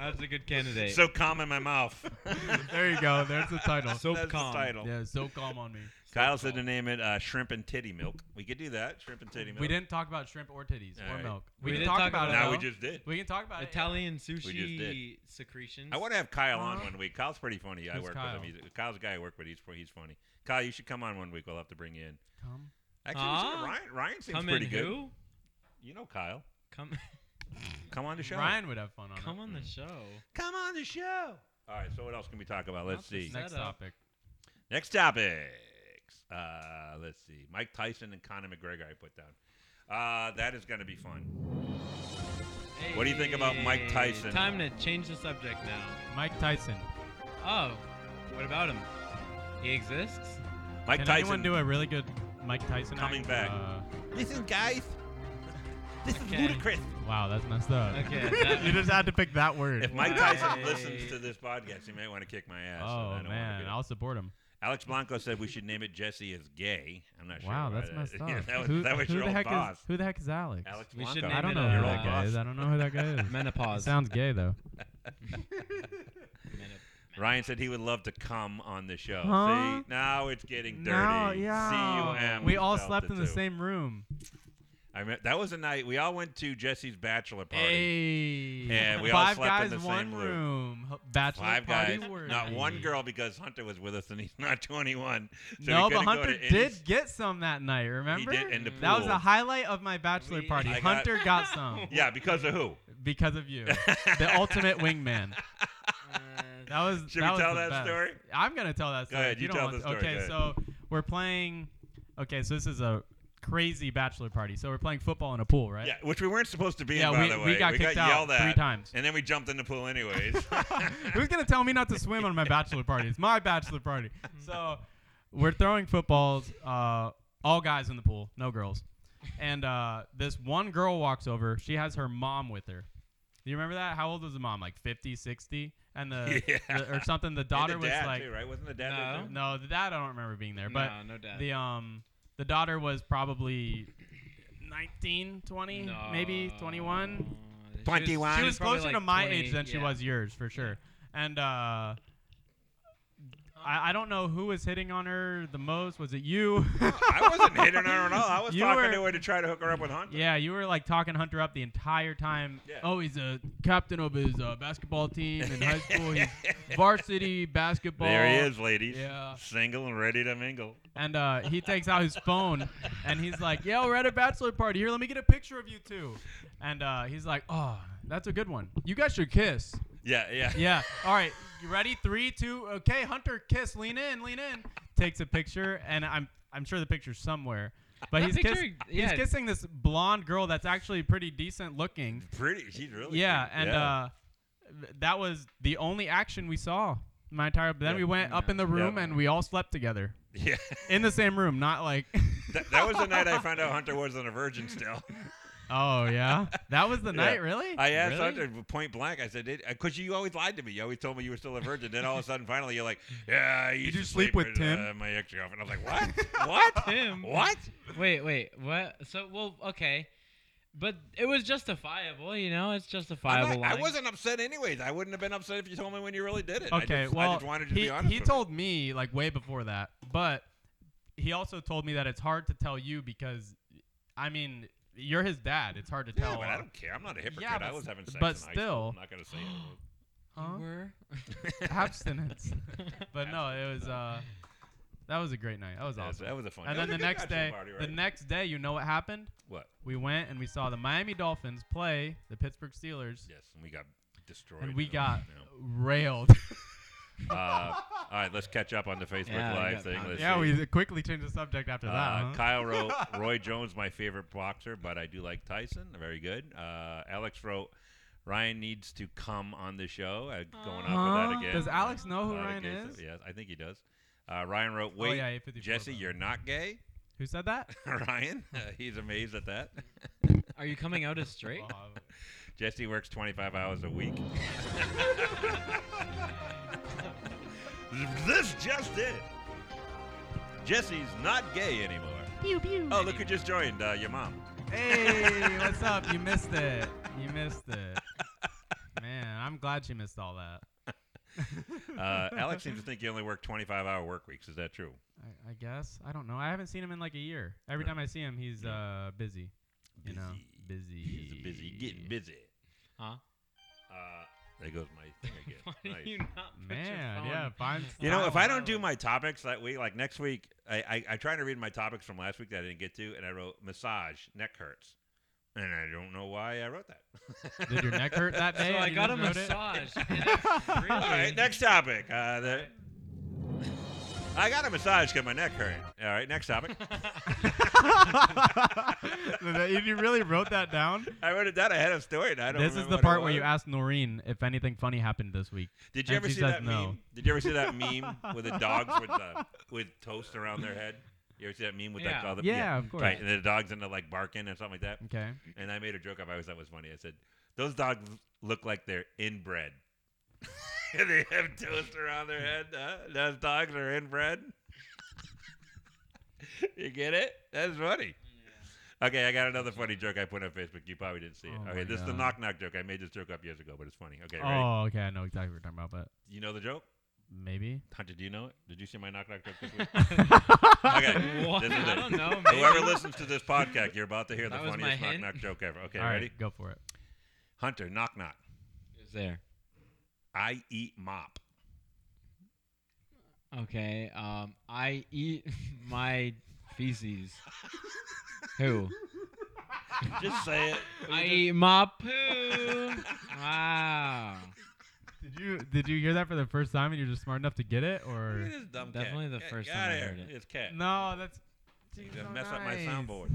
That's a good candidate. so calm in my mouth. There you go. There's the title. So That's calm. the title. yeah, so calm on me. Kyle said to name it uh, shrimp and titty milk. We could do that. Shrimp and titty milk. We didn't talk about shrimp or titties All or right. milk. We We, can didn't talk, talk about, about it. Now we though. just did. we can talk about it. Italian just sushi did. secretions. I want to have Kyle on Uh-huh. one week. Kyle's pretty funny. I Who's work Kyle? with him. He's, Kyle's a guy I work with. He's he's funny. Kyle, you should come on one week. We'll have to bring you in. Come. Actually, we should- Uh-huh. Huh? Ryan Ryan seems come pretty in good. who? You know Kyle. Come Come on the show. Ryan would have fun on come on the Mm-hmm. show. Come on the show. All right, so what else can we talk about? Let's Not the see. it. same. Next, Next Set up. topic. topics. Uh, let's see. Mike Tyson and Conor McGregor, I put down. Uh, that is going to be fun. What do you think about Mike Hey, Tyson? Time to change the subject now. Mike Tyson. Oh, what about him? He exists. Mike Can Tyson. anyone do a really good Mike Tyson? Coming act? back. Uh, Listen, guys. This is Okay. ludicrous. wow, that's messed up. Okay, that- you just had to pick that word. If Mike Why? Tyson listens to this podcast, he might want to kick my ass. and I oh don't wanna man, be- I'll support him. Alex Blanco said we should name it Jesse is gay. I'm not sure. Wow, why that's that- messed up. Yeah, that was, who, that was who your the old heck boss. is who the heck is Alex? Alex We Blanco. should I name don't it, know who Your uh, old that guy boss. is. I don't know who that guy is. Menopause. Sounds gay though. Menop- Ryan said he would love to come on the show. Huh? See, now it's getting dirty. No, yeah. C-U-M We all spelled slept in the two. same room. I mean, that was a night we all went to Jesse's bachelor party. Hey. Yeah, we all Five slept in guys, the same one room. room. H- Bachelor Five party guys, worthy. not one girl because Hunter was with us and he's not 21. So he no, but couldn't go to Hunter any- did get some that night. Remember? He did in the pool. That That was the highlight of my bachelor We- party. I got- Hunter got some Yeah, because of who? because of you, the ultimate wingman. uh, That was. Should that we was tell the that best. story? I'm gonna tell that Go story. ahead, if you don't tell want the to- story, go Okay, so we're playing. Okay, so this is a crazy bachelor party. So we're playing football in a pool, right? Yeah, which we weren't supposed to be Yeah, in, by we- the way. we got kicked out yelled at three times. And then we jumped in the pool anyways. Who's gonna tell me not to swim on my bachelor party? It's my bachelor party. So we're throwing footballs, uh, all guys in the pool, no girls. and uh, this one girl walks over. She has her mom with her. Do you remember that? How old was the mom? Like 50, 60? And the, Yeah. the- or something. The daughter and the was dad like too, right? Wasn't the dad? there, No. too? no, the dad I don't remember being there, but no, no doubt. the um the daughter was probably 19, 20, maybe 21. She was- 21. She was probably closer like to my 20, age than she yeah. was yours for sure. And uh I, I don't know who was hitting on her the most. Was it you? I wasn't hitting her at all. I was You talking were- to her to try to hook her up with Hunter. yeah, you were like talking Hunter up the entire time. Yeah. Oh, he's a captain of his uh, basketball team in high school. He's varsity basketball. There he is, ladies. Yeah. Single and ready to mingle. And uh, he takes out his phone and he's like, "Yo, we're at a bachelor party. Here, let me get a picture of you two. And uh, he's like, "Oh, that's a good one. You guys should kiss." Yeah, yeah. Yeah. All right. You ready? Three, two. Okay. Hunter, kiss. Lean in. Lean in. Takes a picture, and I'm I'm sure the picture's somewhere. But That he's, kiss- picture, yeah. he's kissing this blonde girl that's actually pretty decent looking. Pretty. She's really. Yeah, pretty. and uh, th- that was the only action we saw. My entire. Then Yeah. we went up Yeah. in the room Yeah. and we all slept together yeah. in the same room, not like. that, that was the night I found out Hunter wasn't a virgin still. oh yeah, that was the Yeah. night. Really? I asked Really? Hunter point blank. I said, because you always lied to me. You always told me you were still a virgin. Then all of a sudden, finally, you're like, yeah, I used you to sleep with Tim?" uh, my ex girlfriend. I was like, what? what? Tim. What? Wait, wait, what? So, well, okay, but it was justifiable, you know. It's I'm justifiable. not- I lying. wasn't upset anyways. I wouldn't have been upset if you told me when you really did it. I Okay. just- I well, just wanted to he, be honest. he with you. told me like way before that, but he also told me that it's hard to tell you because, I mean, you're his dad. It's hard to Yeah, tell. but I don't care. I'm not a hypocrite. but I was s- having sex but in high school. still- I'm not gonna say it. You Huh? were? abstinence. But no, it was uh, that was a great night. That was Yeah, awesome. That was a fun. and that then was a the good next bachelor day, party, the right? next day, you know what happened? what? We went and we saw the Miami Dolphins play the Pittsburgh Steelers, Yes, and we got destroyed. and we in the- got no. railed. Uh, all right, let's catch up on the Facebook Yeah, we Live got thing. pounded. Let's yeah, see. we quickly changed the subject after that. Uh, huh? Kyle wrote Roy Jones, my favorite boxer, but I do like Tyson. Very good. Uh, Alex wrote Ryan needs to come on the show. Uh, going off of Huh? that again. Does Alex Uh, know who Lotta Ryan cases. is? Yes, I think he does. Uh, Ryan wrote, oh, "Wait, yeah, 854, Jesse, but- you're not gay." Who said that? Ryan, uh, he's amazed at that. Are you coming out as straight? Oh, Jesse works 25 hours a week. this just it. Jesse's not gay anymore. Pew pew. Oh, look who just joined. Uh, your mom. hey, what's up? You missed it. You missed it. Man, I'm glad you missed all that. Uh, Alex seems to think you only work 25 hour work weeks. Is that true? I, I guess I don't know. I haven't seen him in like a year. Every Yeah. time I see him, he's uh, busy. You know, busy. He's a busy. Getting busy. Huh? Uh, there goes my thing Why do again. Nice. you not put Man, your yeah. phone? Find You know, if I don't do silent. my topics that week, like next week, I, I, I tried to read my topics from last week that I didn't get to, and I wrote massage, neck hurts. And I don't know why I wrote that. did your neck hurt that day? So and I you got a just wrote it? massage. and I All right, really- next topic. Uh, the, I got a massage because my neck hurt. All right, next topic. If you really wrote that down. I wrote it down. I had a story. And I don't This is remember the what it part where you was. ask Noreen if anything funny happened this week. Did you and ever she see says that no. meme? Did you ever see that meme with the dogs with the, with toast around their head? You ever see that meme with like Yeah. all the Yeah, of course. right? And the dogs end up like barking and something like that. Okay. And I made a joke. I've always thought was funny. I said, "Those dogs look like they're inbred. they have toast around their head. Huh? Those dogs are inbred. you get it? That's funny." Okay, I got another funny joke I put on Facebook. You probably didn't see it. Oh my okay, this is the God. knock knock joke. I made this joke up years ago, but it's funny. Okay, ready? Oh, okay. I know exactly what you're talking about, but You know the joke? maybe. Hunter, do you know it? Did you see my knock knock joke this week? okay, What? this is I it. don't know. Whoever maybe. listens to this podcast, you're about to hear the That was my funniest knock hint. knock joke ever. Okay, All right, ready? go for it. Hunter, knock knock. Is there? I eat mop. Okay. Um, I eat my feces. Who? Just say it. I eat my poo. Wow. Did you did you hear that for the first time and you're just smart enough to get it Look or at this dumb Definitely cat. the Get- first get time outta I here. heard it. It's cat. No, that's You Dude, gonna so mess up my nice. soundboard.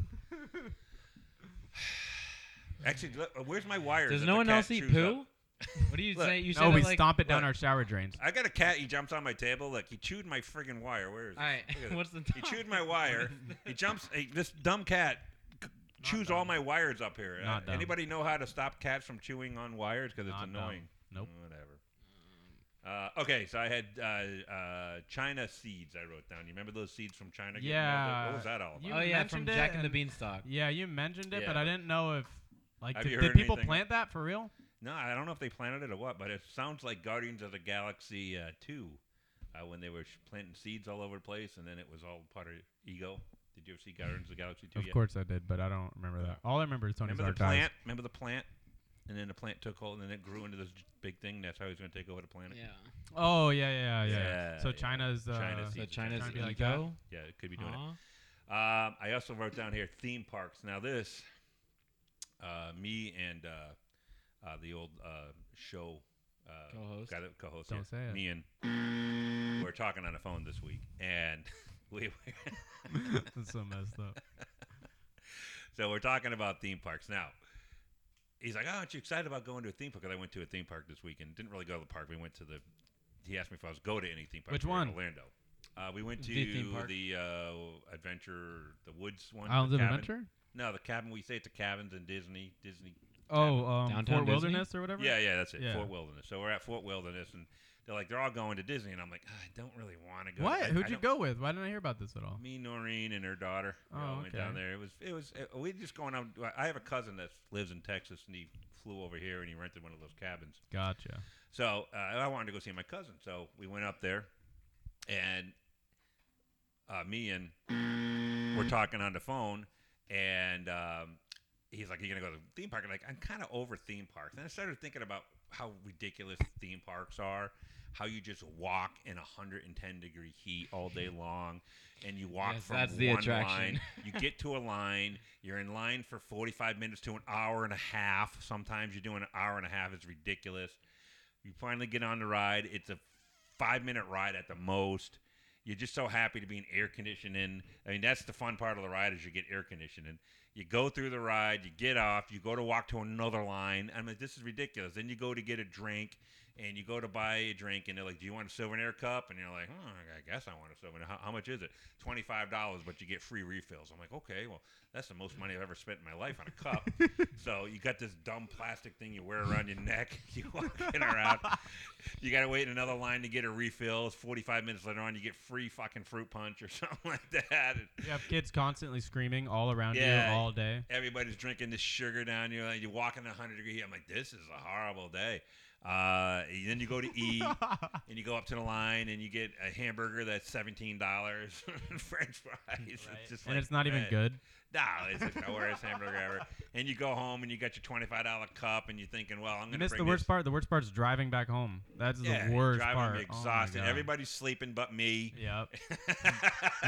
Actually, look, uh, where's my wires? Does that no the one cat else eat chews poo? up? What do you Look. say? You say No, that we like, stomp it down look. our shower drains. I got a cat. He jumps on my table. Look, he chewed my friggin' wire. Where is it? All right. Look at this. What's the He chewed my wire. he jumps. Hey, this dumb cat c- chews dumb. all my wires up here. Uh, Not dumb. anybody know how to stop cats from chewing on wires? Because it's Not dumb. annoying. Nope. Whatever. Uh, okay, so I had uh, uh, China seeds. I wrote down. You remember those seeds from China? getting mailed out? Yeah. What was that all about? You oh yeah, from mentioned it Jack and the and- Beanstalk. Yeah, you mentioned it, but Yeah. I didn't know if like Have did, you did heard people anything? plant that for real? No, I don't know if they planted it or what, but it sounds like Guardians of the Galaxy uh, two, uh, when they were sh- planting seeds all over the place, and then it was all part of Ego. Did you ever see Guardians of the Galaxy two? Of course I did, but I don't remember that. All I remember is Tony Remember the Stark plant? Remember the plant? And then the plant took hold, and then it grew into this j- big thing. That's how he's going to take over the planet. Yeah. Oh yeah, yeah, yeah. yeah. Yeah, so yeah. China's uh, China's- So Seeds. China's Trying to be like ego. Yeah, it could be doing it. Aw. Uh-huh. Um, I also wrote down here theme parks. Now this, uh, me and uh, uh, the old uh, show uh, Co-host? guy that co-host, Don't yeah, say it. me and we were talking on the phone this week, and we were that's so messed up. so we're talking about theme parks now. He's like, "Oh, aren't you excited about going to a theme park?" Because I went to a theme park this weekend. Didn't really go to the park. We went to the. He asked me if I was go to any theme park. Which We were in one? Orlando. Uh, we went to The the, theme park. uh, adventure, the woods one. Islands the of cabin. Adventure? No, the cabin. We say it's the cabins in Disney. Disney. Oh, um, Downtown Fort Disney? Wilderness or whatever. Yeah, yeah, that's it. Yeah. Fort Wilderness. So we're at Fort Wilderness, and they're like, they're all going to Disney, and I'm like, "Ah, I don't really want to go. What? I- Who'd I you don't- go with? Why didn't I hear about this at all? Me, Noreen, and her daughter. We Oh, all went down okay. there. It was, it was. uh we just going out. I have a cousin that lives in Texas, and he flew over here, and he rented one of those cabins. Gotcha. So uh, I wanted to go see my cousin. So we went up there, and uh, me and we're talking on the phone, and um, he's like, "You gonna go to the theme park?" I'm like, "I'm kind of over theme parks." And I started thinking about how ridiculous theme parks are, how you just walk in 110 degree heat all day long, and you walk Yes, from that's the one attraction. line, you get to a line, you're in line for 45 minutes to an hour and a half. Sometimes you're doing an hour and a half. It's ridiculous. You finally get on the ride. It's a five minute ride at the most. You're just so happy to be in air conditioning. I mean, that's the fun part of the ride is you get air conditioning. You go through the ride, you get off, you go to walk to another line. I'm like, this is ridiculous. Then you go to get a drink, and you go to buy a drink, and they're like, do you want a souvenir cup? And you're like, hmm, I guess I want a souvenir. How, how much is it? Twenty five dollars, but you get free refills. I'm like, okay, well, that's the most money I've ever spent in my life on a cup. so you got this dumb plastic thing you wear around your neck. You walk in or out. You got to wait in another line to get a refill. Forty five minutes later on, you get free fucking fruit punch or something like that. And You have kids constantly screaming all around Yeah. you all day. everybody's drinking this sugar down you. Like you walk in a hundred degree. heat. I'm like, this is a horrible day. Uh, and then you go to eat, and you go up to the line, and you get a hamburger that's seventeen dollars, French fries. It's just and like, it's not even man. good. No, it's like the worst hamburger ever. And you go home and you got your twenty five dollar cup, and you're thinking, well, I'm You gonna missed bring the worst this. part. The worst part is driving back home. That's Yeah, the worst driving part. me Oh my exhausted. God. Everybody's sleeping but me. Yep.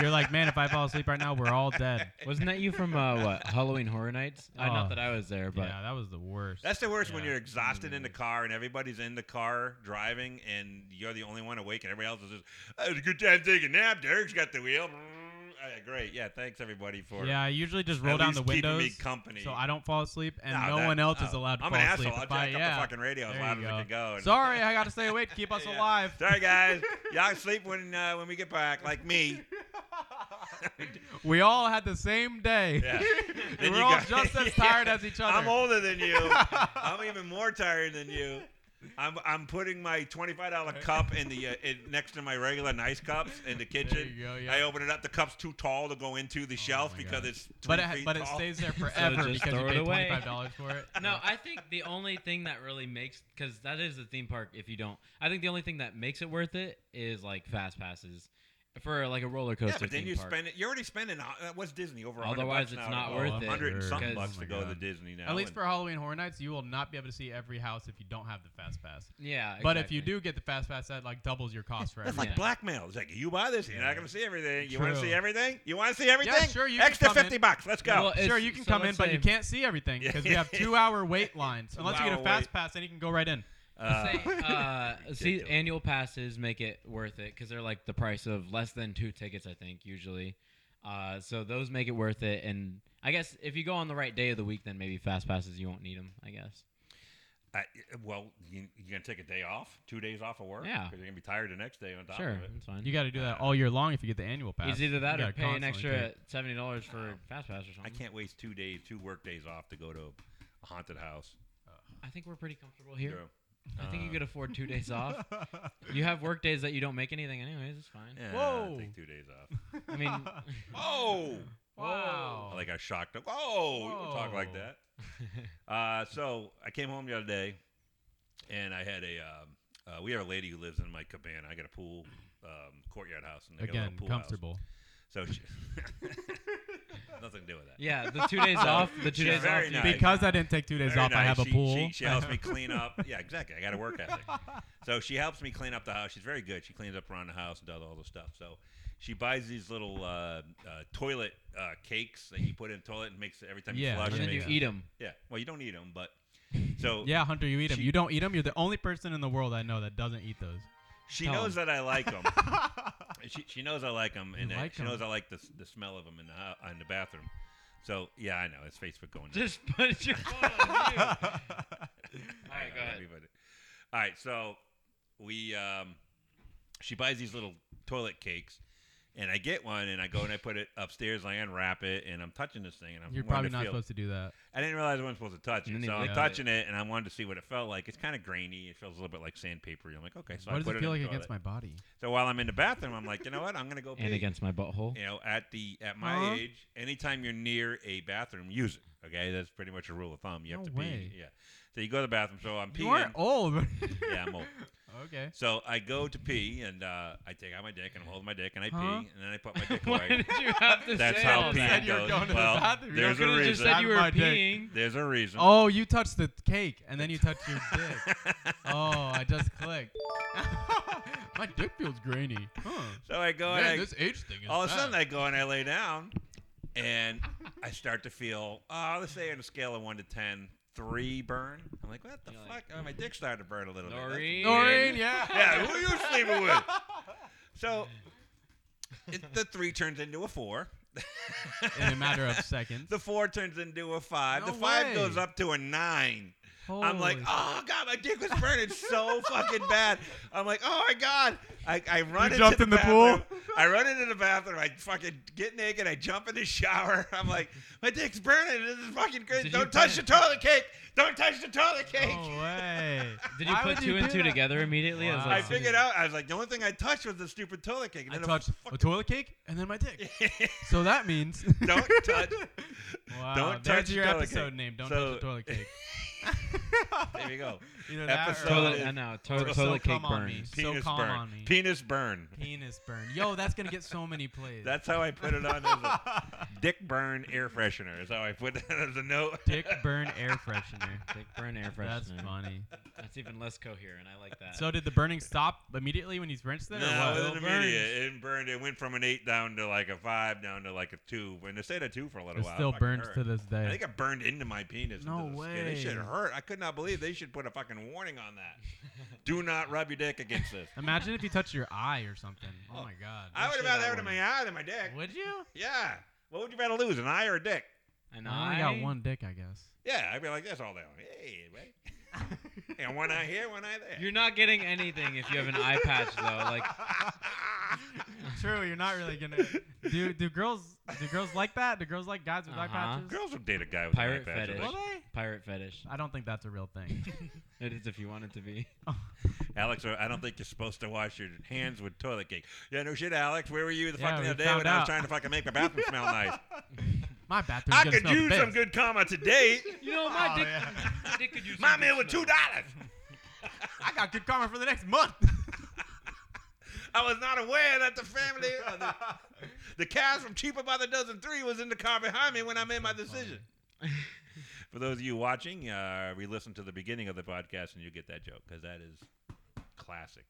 You're like, man, if I fall asleep right now, we're all dead. Wasn't that you from uh, what Halloween Horror Nights? Uh, Oh. not that I was there, but yeah, that was the worst. That's the worst when Yeah. Mm. you're exhausted in the car and everybody's in the car driving and you're the only one awake and everybody else is just, I had a good time taking a nap. Derek's got the wheel. Uh, great. Yeah, thanks everybody for yeah, I usually just at roll down the least keeping windows me company. so I don't fall asleep, and Nah, no that- one else is oh, allowed to I'm fall an asleep. asshole. If I'll I- jack up yeah. the fucking radio as There loud you as I can go. and- Sorry, I gotta stay awake. to Keep us Yeah. alive. Sorry, guys. Y'all sleep when uh, when we get back, like me. We all had the same day. Yeah. Then We're you all got- just as tired as each other. I'm older than you. I'm even more tired than you. I'm I'm putting my twenty-five dollar cup in the uh, in, next to my regular nice cups in the kitchen. you go, yeah. I open it up. The cup's too tall to go into the shelf my because God. it's three But it, ha- feet but it tall. stays there forever just because you throw it paid away. twenty five dollars for it. No, I think the only thing that really makes because that is a theme park. If you don't, I think the only thing that makes it worth it is like fast passes for like a roller coaster. Yeah, but then theme you park. spend it. You're already spending. uh, That was Disney over. 100 Otherwise, bucks it's now not to go. worth it. 100 and some Because- bucks Oh to my go to God. Disney now. At least and- for Halloween Horror Nights, you will not be able to see every house if you don't have the fast pass. Yeah, But if you exactly. do get the fast pass, that like doubles your cost for That's everything. like Yeah. blackmail. It's like you buy this, you're not gonna see everything. You want to True. see everything? You want to see everything? sure, you can Extra come in. fifty bucks. Let's go. Well, Sure, it's- you can so come in, let's but you say- can't see everything because we have two hour wait lines. Unless you get a Two-hour fast wait. pass, then you can go right in. Uh, Say, uh, see, Ridiculous. annual passes make it worth it because they're like the price of less than two tickets, I think, usually. Uh, so those make it worth it. And I guess if you go on the right day of the week, then maybe fast passes you won't need them. I guess. I, well, you, you're gonna take a day off, two days off of work. Yeah. 'Cause you're gonna be tired the next day on top Sure, of it. that's fine. You got to do that all year long if you get the annual pass. it's either that You or gotta pay an constantly Uh, extra do it. seventy dollars for Fast Pass or something. I can't waste two days, two work days off to go to a haunted house. I think we're pretty comfortable here. Drew. I think you could afford two days off. You have work days that you don't make anything, anyways. It's fine. Yeah, Whoa. Take two days off. I mean, Oh, Wow. I like I shocked him. Oh, you don't talk like Whoa. that. Uh, so I came home the other day, and I had a. Um, uh, we have a lady who lives in my cabana. I got a pool, um, courtyard house, and I got a Again, little pool house. comfortable. So she, nothing to do with that. yeah, the two days off. The two She's days very off. nice. you- Because I didn't take two days Very off, I nice. have a She- pool. She, she helps me clean up. Yeah, exactly. I got a work ethic. So she helps me clean up the house. She's very good. She cleans up around the house and does all the stuff. So she buys these little uh, uh, toilet uh, cakes that you put in the toilet and makes it every time you Yeah, flush. and it then you makes- eat them. Yeah. Well, you don't eat them, but so yeah, Hunter, you eat them. She- you don't eat them. You're the only person in the world I know that doesn't eat those. she Tell knows that I like them. she, she knows I like them, and You that- like she knows 'em. I like the, s- the smell of them in the hou- in the bathroom. So yeah, I know it's Facebook going. nuts. Just put your phone on mute. I right, know, go ahead. everybody- All right, so we um, she buys these little toilet cakes, and I get one, and I go and I put it upstairs. I unwrap it, and I'm touching this thing, and I'm You're probably wanting not to feel, supposed to do that. I didn't realize I wasn't supposed to touch And it, then so you I'm lick it. touching it, and I wanted to see what it felt like. It's kind of grainy. It feels a little bit like sandpaper. I'm like, okay, so I what does put it feel in like the against toilet. my body? So while I'm in the bathroom, I'm like, you know what? I'm gonna go pee. And against my butthole. You know, at the at my Huh? age, anytime you're near a bathroom, use it. Okay, that's pretty much a rule of thumb. You have No to way. pee. Yeah. So you go to the bathroom. So I'm peeing. You aren't old. Yeah, I'm old. okay. So I go to pee and uh, I take out my dick and I'm holding my dick and I Huh? pee and then I put my dick Why away. did you have to That's say how all pee- that? peeing said you were goes. going to the well, bathroom. You there's could a have just reason. said you Out of my were dick. peeing. there's a reason. Oh, you touched the cake and then you touched your dick. Oh, I just clicked. my dick feels grainy. Huh. so I go Man, and I, this age thing is all of a bad. sudden I go and I lay down and I start to feel uh, let's say on a scale of one to ten, three burn. I'm like, what the You're fuck? like, oh, my dick started to burn a little Noreen. bit. That's weird. Noreen, yeah. Yeah, who you sleeping with? So it, the three turns into a four. In a matter of seconds. The four turns into a five. No the five way. goes up to a nine. I'm like, Holy oh god, my dick was burning so fucking bad. I'm like, oh my god. I, I run You into jumped the, in the pool? bathroom. I run into the bathroom. I fucking get naked. I jump in the shower. I'm like, my dick's burning. This is fucking crazy. Did you Don't touch the put- toilet cake. Don't touch the toilet cake. No way. Did you Why put would two and do two that? together immediately? Wow. I like, figured out. I was like, the only thing I touched was the stupid toilet cake. And I then a touched a toilet cake and then my dick. fuck- So that means don't touch. Wow, Don't there's touch your toilet episode cake. name. Don't So- touch the toilet cake. There you go. Either that Episode- or Toilet, is- I know. to- or toilet so cake come on me. burns. So Penis calm burn. on me. Penis burn. penis burn. Yo, that's gonna get so many plays. That's how I put it on as a dick burn air freshener. Is how I put that as a note. dick burn air freshener. Dick burn air freshener. That's funny. That's even less coherent. I like that. So did the burning stop immediately when he's rinsed No, it? it or what? was It immediate. It burned. It went from an eight down to like a five, down to like a two, and it stayed a two for a little It while. still fucking burns hurt. to this I day. think it burned into my penis. No into the Skin. It should way. hurt. I could not believe they should put a fucking warning on that. Do not rub your dick against this. Imagine if you touch your eye or something. Oh Oh, my god. I would have should rather have have it in my one. eye than my dick. Would you? Yeah. What would you rather lose, an eye or a dick? and I I only got one dick, I guess. Yeah, I'd be like this all day long. Hey, right? and one eye here, one eye there. You're not getting anything if you have an eye patch though. Like True, you're not really gonna. Do do girls do girls like that? Do girls like guys with eye Uh-huh. patches? Girls would date a guy with an Pirate eye patch. fetish. I Will think. they? pirate fetish. I don't think that's a real thing. It is if you want it to be. Alex, I don't think you're supposed to wash your hands with toilet cake. Yeah, no shit, Alex. Where were you the Yeah, fucking we other day found when I was out. trying to fucking make my bathroom smell nice? My bathroom. I could use some good karma today. You know, my my Oh, dick- dick, yeah. could use My meal was two dollars. I got good karma for the next month. I was not aware that the family, uh, the, the cows from Cheaper by the Dozen Three, was in the car behind me when I made my decision. For those of you watching, uh, we listen to the beginning of the podcast and you get that joke because that is classic.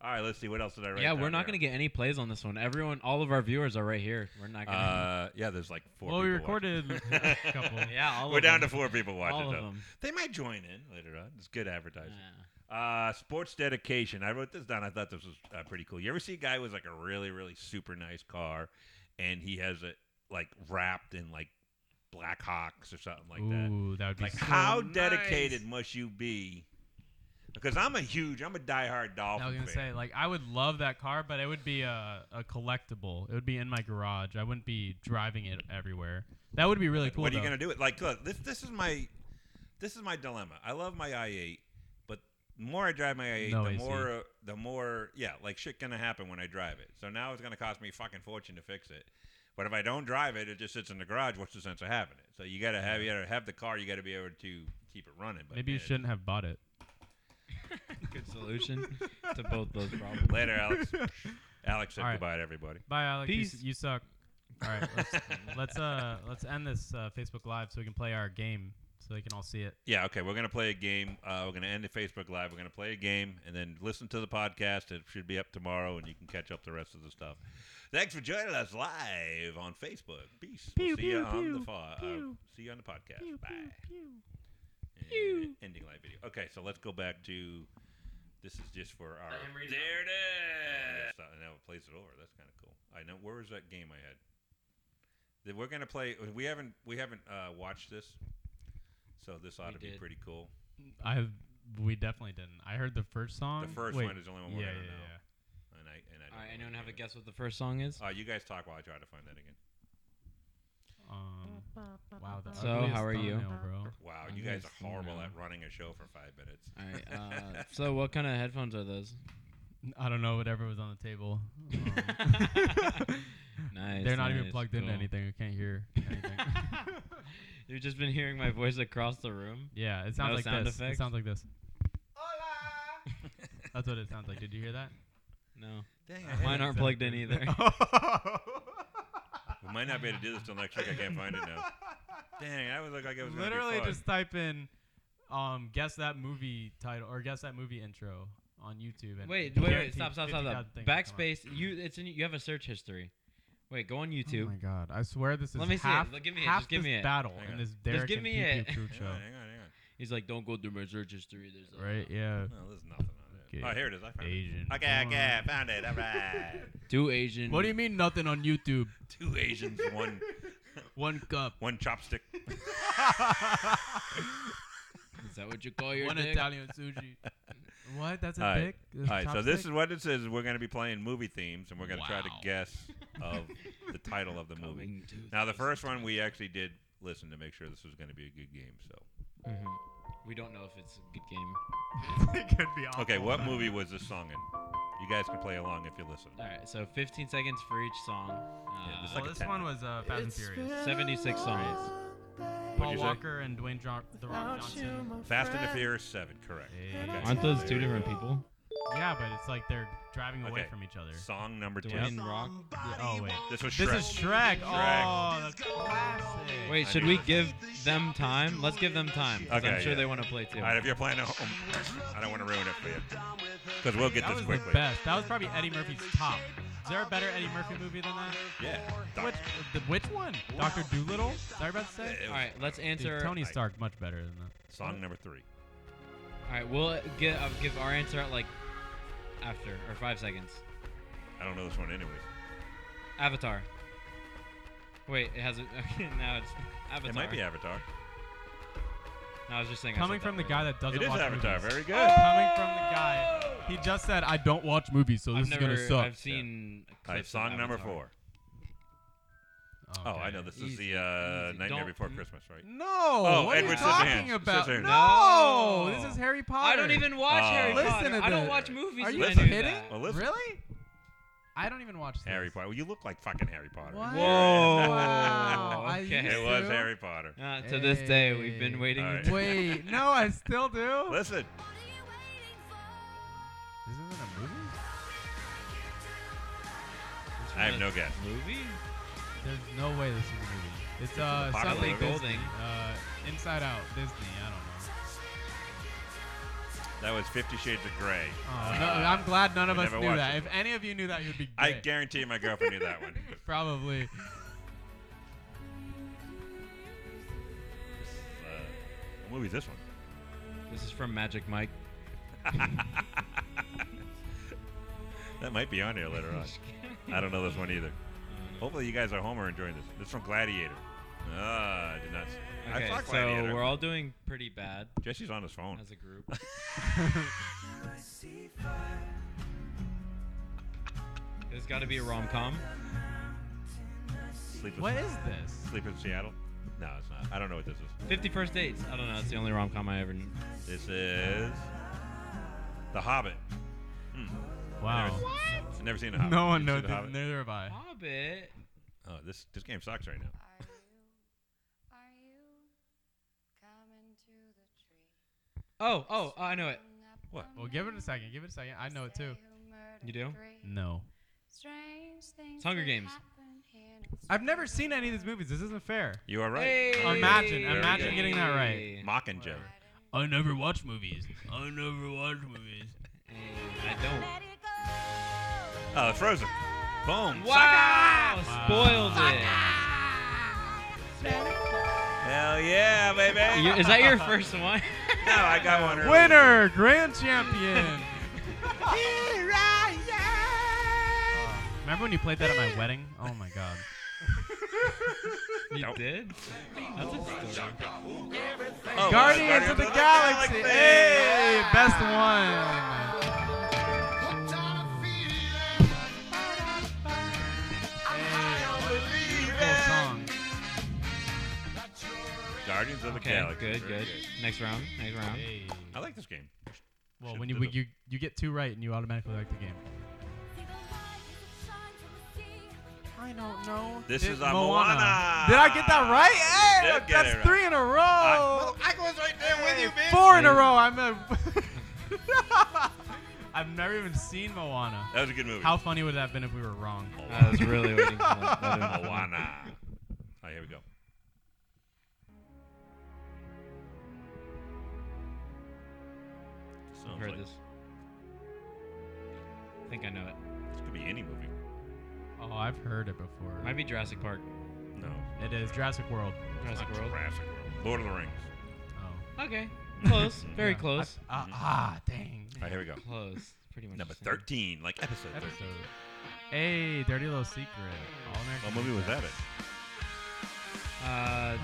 All right, let's see what else did I write. Yeah, we're not gonna get any plays on this one. Everyone, all of our viewers are right here. We're not gonna. Uh, yeah, there's like four. well, we people watching. recorded a couple. yeah, all We're of down to them. four people watching. All of though. them. They might join in later on. It's good advertising. Yeah. Uh, sports dedication. I wrote this down. I thought this was uh, pretty cool. You ever see a guy with like a really, really super nice car, and he has it like wrapped in like Blackhawks or something like that. Ooh, that would be Like, so how nice. dedicated must you be? Because I'm a huge, I'm a diehard Dolphin I was gonna fan. say, like, I would love that car, but it would be a, a collectible. It would be in my garage. I wouldn't be driving it everywhere. That would be really cool. what are you though. gonna do? It like, look, this this is my this is my dilemma. I love my i8, but the more I drive my i8, No the AC. more uh, the more yeah, like shit gonna happen when I drive it. So now it's gonna cost me a fucking fortune to fix it. But if I don't drive it, it just sits in the garage. What's the sense of having it? So you gotta have you gotta have the car. You gotta be able to keep it running. But Maybe you man, shouldn't have bought it. Good solution to both those problems. later, Alex. Alex said All right. goodbye to everybody. Bye, Alex. You, Peace. s- you suck. All right, let's, let's uh let's end this uh, Facebook Live so we can play our game so they can all see it. Yeah, okay. We're gonna play a game. Uh, we're gonna end the Facebook Live. We're gonna play a game, and then listen to the podcast. It should be up tomorrow, and you can catch up the rest of the stuff. Thanks for joining us live on Facebook. Peace. we'll Pew, see you pew, on the pew, fa- pew. Uh, see you on the podcast. Pew, Bye. pew, pew. And pew. ending live video. Okay, so let's go back to. This is just for our. him read it. There it is. So- And now it plays it over. That's kind of cool. I know. Where was that game I had? That We're gonna play. We haven't. We haven't uh, watched this, so this ought We to be did. pretty cool. I we definitely didn't. I heard the first song. The first Wait, one is the only one yeah, we're yeah, gonna yeah. know. And I and I. All don't right, know anyone what have it a guess what the first song is? is. Uh, you guys talk while I try to find that again. Um, wow. The So, ugliest how are you? thumbnail, bro? Wow, I'm you guys are gonna horrible see at now. running a show for five minutes. All right. Uh, so, what kind of headphones are those? I don't know. Whatever was on the table. Um, Nice. They're not even nice, plugged into cool. anything. I can't hear anything. You've just been hearing my voice across the room. yeah, it sounds No like sound this. It effects? sounds like this. That's what it sounds like. Did you hear that? No, Dang, uh, mine aren't plugged in either. We might not be able to do this till next week. I can't find it now. Dang, I was like, like it was gonna be Literally, fun. just type in, um, guess that movie title or guess that movie intro on YouTube. And Wait, wait, wait! guaranteed Stop, stop, stop, 50,000 stop! things will come up. Backspace. You, it's in. You have a search history. Wait, go on Oh YouTube. my god! I swear this is Let me see it. half. Look, give me it. half Just give this me it. battle Hang on. in this Derek give and me Pew Pew it. Crew Hang show. on, hang on, hang on. He's like, don't go through my search history. There's a Right? Yeah. No, there's nothing on there. Okay. Oh, here it is. I found Asian. it. Okay, okay, porn. I found it. All right. Two Asian. What do you mean nothing on YouTube? Two Asians, one One cup, one chopstick. Is that what you call Oh, your one dick? Italian sushi. What? That's a All right. dick? All right, so this is what it says. We're going to be playing movie themes, and we're going to try to Wow. guess of the title of the movie. Coming to Now, the this. first one we actually did listen to make sure this was going to be a good game. So, Mm-hmm. Mhm. We don't know if it's a good game. it could be awful. okay, what movie was this song in? You guys can play along if you listen. All right, so 15 seconds for each song. Yeah, Uh, this is Uh, Well, like a this 10 one was uh, Fast and Furious. 76 songs. Paul you say? Walker and Dwayne John- The Rock Johnson. Fast and the Furious Seven, correct? Hey. Okay. Aren't those two different people? Yeah, but it's like they're driving away Okay. from each other. Song number two. Dwayne Rock. Yeah, oh wait, This was this Shrek. is Shrek. Shrek. Oh, that's classic. Wait, I should knew we it. give them time? Let's give them time. 'cause Okay, I'm sure yeah. they want to play too. All right, if you're playing at home, I don't want to ruin it for you because we'll get that this was quickly. the best. That was probably Eddie Murphy's top. Is there a better Eddie Murphy movie than that? Yeah. Doc- Which, the, which one? Doctor Doolittle? Is that what you're about to it say? was- All right, let's Dude, answer. Tony Eh, I- Stark much better than that. Song number three. All right, we'll get, uh, give our answer at like after or five seconds. I don't know this one anyways. Avatar. Wait, it hasn't. Okay, now it's Avatar. It might be Avatar. No, I was just saying. I Coming said that from the right. guy that doesn't It is watch Avatar. movies. Very good. Coming from the guy, he just said, "I don't watch movies, so this I've is never. gonna suck." I've seen. All right, clips of song number Avatar. four. Oh, I know. This is Easy, the uh, easy. Nightmare Don't- Before Christmas, right? No, what are what are you you Oh, Edward talking talking Scissorhands. about? about? Scissorhands. No, No, this this is is Harry Potter. I don't even watch Oh. Harry Listen Potter. to I don't this. watch movies. Are and you I Listen. knew kidding? that. Well, listen. Really? I don't even watch this. Harry Potter. Well, you look like fucking Harry Potter. What? Whoa. Wow. I Okay. used It was to. Harry Potter. Uh, to this day, we've been Hey. waiting. All right. until- Wait, no, I still do. Listen, This isn't a movie. I have no guess. Movie? There's no way this is a movie. It's uh Potter something logo. Disney. Uh, Inside Out Disney. I don't That was Fifty Shades of Grey. know. Oh, no, I'm glad none of we us never knew watched that. it. If any of you knew that, you'd be. Gay. I guarantee my girlfriend knew that one. Probably. Uh, what movie's this one? This is from Magic Mike. That might be on here later on. I don't know this one either. Hopefully, you guys at home are enjoying this. This is from Gladiator. Ah, I did not. s- I Okay, saw Gladiator. so we're all doing pretty bad Jesse's on his phone. as a group. There's got to be a rom com. Sleep What is this? Sleep in Seattle? No, it's not. I don't know what this is. Fifty First Dates. I don't know. It's the only rom com I ever. kn- This is The Hobbit. Wow. I've never seen The Hobbit. No one You've seen knows. The Hobbit? Neither have I. Hobbit. Oh, this this game sucks right now. Are you, are you coming to the tree? Oh, oh, oh, I know it. What? Well, give it a second. Give it a second. I know it too. You do? No. Strange things Hunger that Games. happen here in I've never seen any of these movies. This isn't fair. You are right. Hey! Imagine- Very imagine good. getting that right. Mockingjay. I never watch movies. I never watch movies. Hey, I don't. Oh, Frozen. Boom. Wow. Wow! Spoiled Hell yeah, it. baby. You- is that your first one? No, I got one. earlier. Winner, grand champion. Remember when you played that at my wedding? Oh my god. you Nope. did? That's a story. Oh, Guardians, of the, Galaxy. Hey, best one. Cool song. Guardians of the Okay, Galaxy. good, Very good. Next round, next round. I like this game. Well, Should when you, do we, the- you you get two right and you automatically like the game. I don't know. This is a Moana. Did I get that right? Hey, Did get it that's right. three in a row. I, well, I was right there with you, bitch. Four in a Hey. row. I'm a. I've never even seen Moana. That was a good movie. Uh, How funny would that have been if we were wrong? I was really waiting for that. that. would've been funny. Moana. Oh, here we go. I've Sounds heard like this. I think I know it. this could be any movie. Oh, I've heard it before. Might be Jurassic Park. No. It is Jurassic World. it's Jurassic not World. Jurassic World. Lord of the Rings. Oh. Okay. Close. Very Yeah. close. I- ah, ah, dang. All right, here we go. Close. Pretty much. Number the same. 13, like episode 13. Episode. Hey, Dirty Little Secret. All American. What movie was that in? Uh,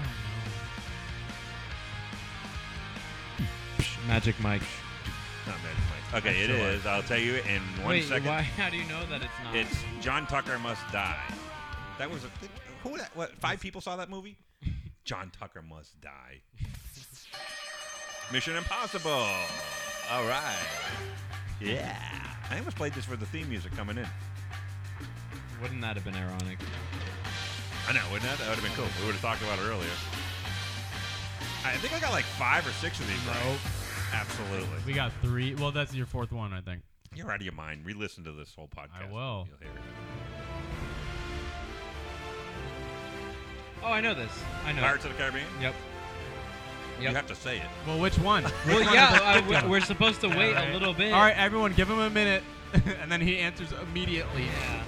Magic Mike. Not Magic Mike. Okay, it That's the is. I'll tell you in one Wait, second. why? How do you know that it's not? It's John Tucker Must Die. That was a who that what five people saw that movie? John Tucker Must Die. Mission Impossible. All right. Yeah. I almost played this for the theme music coming in. Wouldn't that have been ironic? I know, wouldn't that? That would have been cool. We would have talked about it earlier. I think I got like five or six of these. Right? Absolutely. We got three. Well, that's your fourth one, I think. You're out of your mind. Re-listen to this whole podcast. will. You'll hear it. Oh, I know this. I know. Pirates of the Caribbean. Yep. You Yep. have to say it. Well, which one? Well, yeah, uh, we- we're supposed to wait Alright. a little bit. All right, everyone, give him a minute, and then he answers immediately. Yeah.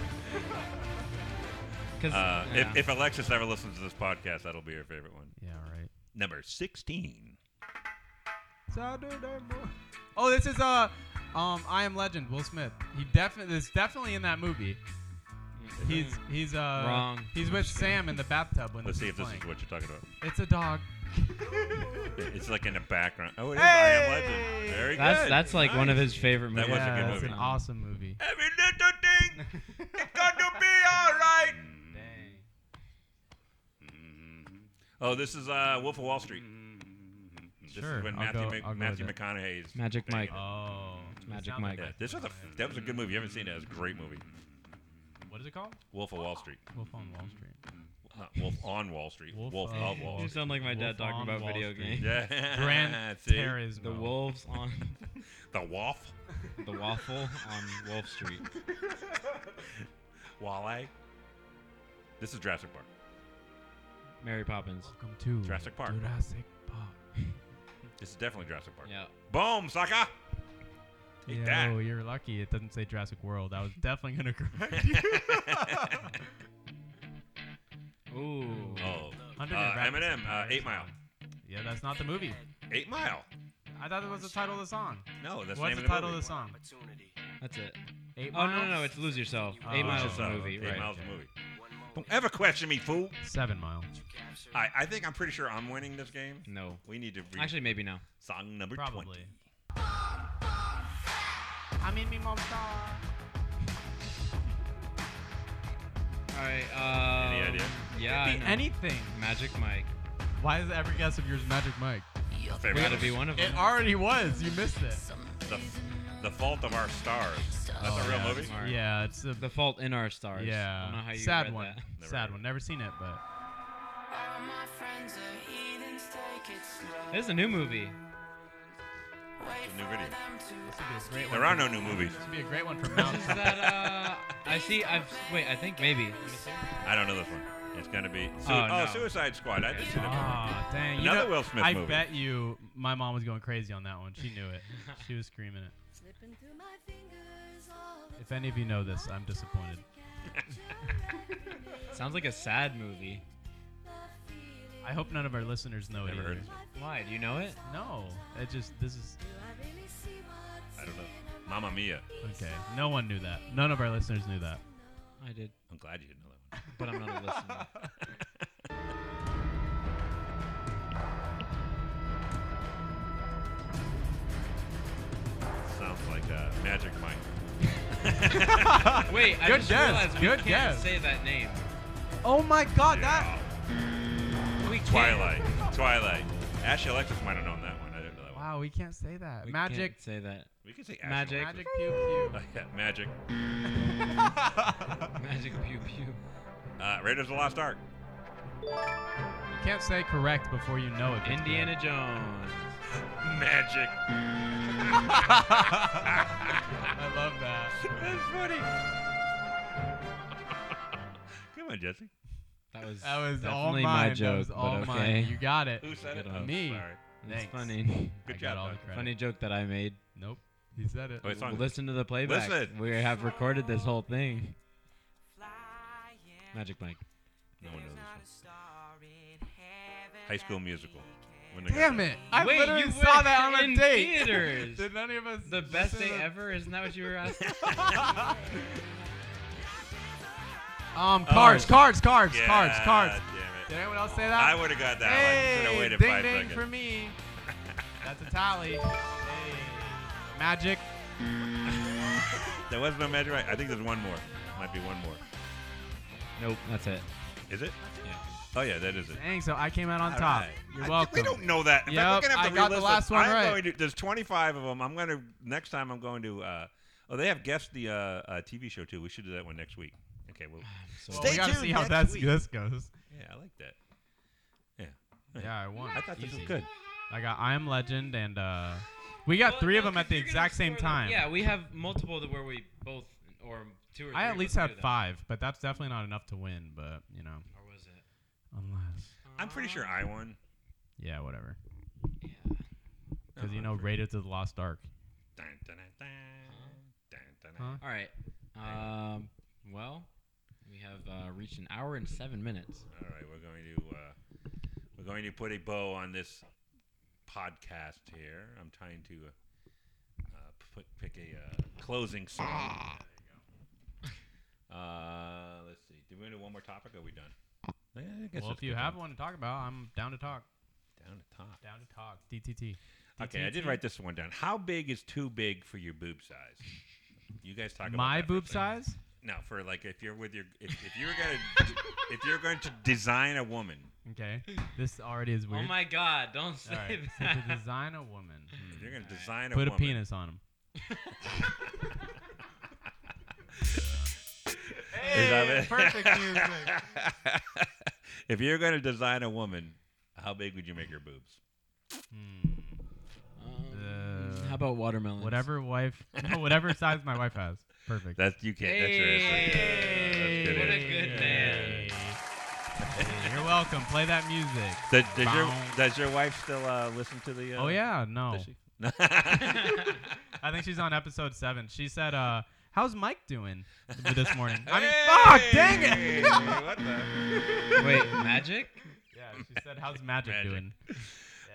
'Cause, Uh, yeah. if, if Alexis ever listens to this podcast, that'll be her favorite one. Yeah, right. Number 16. Saturday morning. Oh, this is uh, um, I Am Legend. Will Smith. He definitely is definitely in that movie. He's he's uh Wrong. He's with Sam in the bathtub when Let's see if this is this playing. is what you're talking about. It's a dog. It's like in the background. Oh, it is I Am Hey! Legend. Very that's good. that's like one of his favorite That movies. was a yeah, good It's movie. an awesome movie. Every little thing, it's going to be all right. Oh, this is uh, Wolf of Wall Street. This Sure, is when I'll Matthew, go- Mc- I'll go Matthew with it. McConaughey's. Magic thing. Mike. Oh, Magic Sounds Mike. Yeah, this was a f- that was a good movie. If you haven't seen it, it's a great movie. like- What is it called? Wolf of Wall Street. Wolf on Wall Street. Not Wolf on Wall Street. Wolf, Wolf of, of Wall You Street. sound like my Wolf dad talking on about Wall video Street. games. Yeah. Grand See? Terrorismo. The wolves on The Wolf. the waffle on Wolf Street. Walleye. This is Jurassic Park. Mary Poppins. Welcome to Jurassic Park. Jurassic Park. This is definitely Jurassic Park. Yeah. Boom, sucker! Take Yo, that. you're lucky. It doesn't say Jurassic World. I was definitely gonna correct you. Ooh. oh. Uh, Hundred and Rabbits. Eminem, uh, 8 Mile. Yeah, that's not the movie. 8 Mile. I thought that was the title of the song. No, that's What's the the name title of of the the song? That's it. Eight Oh Miles. no no no! It's Lose Yourself. Oh, Eight movie. Miles Lose is a Yourself. movie, uh, Eight right? Miles is a movie. Don't ever question me, fool. Seven Mile. I, I think I'm pretty sure I'm winning this game. No. We need to read Actually, maybe no. song number Probably. 20. I mean, me mom star. All right. Um, Any idea? Yeah. I know. anything. Magic Mike. Why is every guess of yours Magic Mike? Favorite We gotta artist. be one of them. It already was. You missed it. The, the Fault of Our Stars. That's a real yeah. movie? Smart. Yeah, it's a The Fault in Our Stars. I yeah don't know how you sad read one. that. Never heard sad of one. Never seen it, but This is a new movie. It's a new video. this would be a great one. There are no new movies. This would be a great one for Mount. Is that uh? I see. I've wait. I think maybe. Let me see. I don't know this one. It's gonna be. Sui- Oh, no. Suicide Squad. I did see that. one. Ah, dang! you Another know- Will Smith I movie. bet you my mom was going crazy on that one. She knew it. she was screaming it. Slipping through my fingers all the If any of you know this, I'm disappointed. Sounds like a sad movie. I hope none of our listeners know it. Never heard either. of it. Why? Do you know it? No, it just this is I don't know. Mamma Mia. okay. No one knew that. None of our listeners knew that. I did, I'm glad you didn't know that one. but I'm not a listener. Sounds like uh, Magic Mike. Wait, I Good just guess, realized we good can't guess. say that name. Oh my God! Yeah. We can't. Twilight. Twilight. Ashley Alexis might have known that one. I didn't know that one. Wow, we can't say that. We Magic. can't say that. We could say Ashley Magic. Alexis. Magic pew pew. Oh, yeah, magic. Magic pew pew. Uh, Raiders of the Lost Ark. You can't say correct before you know it. Indiana Jones. Magic. I love that. That's funny. Come on, Jesse. That was That was all definitely mine. my that joke, was all but okay. mine. You got it. Who said it? Good one. Me. Sorry. It's Thanks. funny, Good I got job, all the Doug. credit. funny joke that I made. Nope. He said it. Oh, it's on. Listen to the playback. Listen. We have recorded this whole thing. Magic Mike. No one knows this one. High School Musical. When they got Damn that- it! I Wait, literally you saw went that on in a date. theaters. Did none of us? The best listen day to- ever? Isn't that what you were asking? Um, cards, cards, cards, Oh, Yeah, cards, cards. Did Damn it. anyone else say that? I would have got that one. Should hey, have waited ding five ding seconds. for me. That's a tally. Hey. Magic. There was no magic. Right. I think there's one more. Might be one more. nope, that's it. Is it? Yeah. Oh yeah, that is it. Dang, so I came out on All top. right. You're I- welcome. We don't know that. In fact, we're Yep, gonna have I to got the relist last them. one I'm right. Going to, there's 25 of them. I'm going to next time. I'm going to. Uh, oh, they have guessed the uh, uh, TV show too. We should do that one next week. Okay. Well, So well, Stay we gotta tuned see how next that's, week. this goes. yeah, I like that. Yeah, I won. I thought this was Easy. good. I got I am Legend and uh, we got Well, three of no, them at 'cause the you're gonna exact same score them. time. Yeah, we have multiple that where we both or two or three. I of at least us had do that. five, but that's definitely not enough to win. But you know, Or was it? Uh, unless I'm pretty sure I won. yeah, whatever. Yeah. Because No, you Oh, I'm know, pretty- Raided to the Lost Ark. Dun, dun, dun, dun, dun, dun, Huh? dun. All right. Um, well, we have uh, reached an hour and seven minutes. All right, we're going to uh, we're going to put a bow on this podcast here. I'm trying to uh, uh, put, pick a uh, closing song. There you go. Uh, let's see. Do we want to do one more topic? Or are we done? Eh, I guess Well, that's if you good have time. one to talk about, I'm down to talk. down to top. Down to talk. DTT. Okay, I did DTT. write this one down. How big is too big for your boob size? You guys talk about My that for a boob second. size? No, for like if you're with your if, if you're gonna if you're going to design a woman, Okay. This already is weird. Oh my God! Don't say All right. So that. to design a woman, hmm. if you're gonna design a put a woman, penis on him. Is that Hey, it? perfect music. if you're going to design a woman, how big would you make her boobs? Hmm. Um, Uh, how about watermelon? Whatever wife, no, whatever size my wife has. Perfect. That's you can't. That's your answer. Hey, That's good what a answer. good man. Hey, You're welcome. Play that music. Does, does your Bow. does your wife still uh, listen to the? Uh, Oh yeah, no. Does she? hey, I think she's on episode seven. She said, uh, "How's Mike doing this morning?" I mean, fuck, dang it. what the? Wait, magic? yeah, she said, "How's Magic, Magic. doing?" Yeah.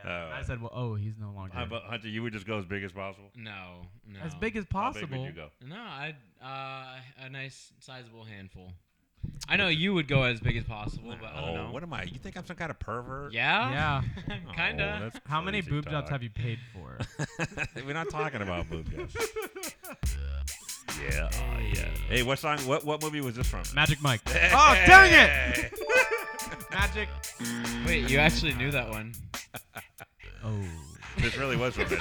Oh. I said, "Well, oh, he's no longer How about Hunter? You would just go as big as possible. No, no. as big as How possible." big would you go? No, I uh, a nice sizable handful. I know you would go as big as possible, but I don't oh, know. what am I? You think I'm some kind of pervert? yeah, Oh, kinda. that's How many crazy boob jobs talk. have you paid for? We're not talking about boob jobs. yeah, oh, yeah. Hey, what song? What what movie was this from? Magic Mike. oh, dang it! Magic. Wait, you actually knew that one? Oh. this really was from Magic.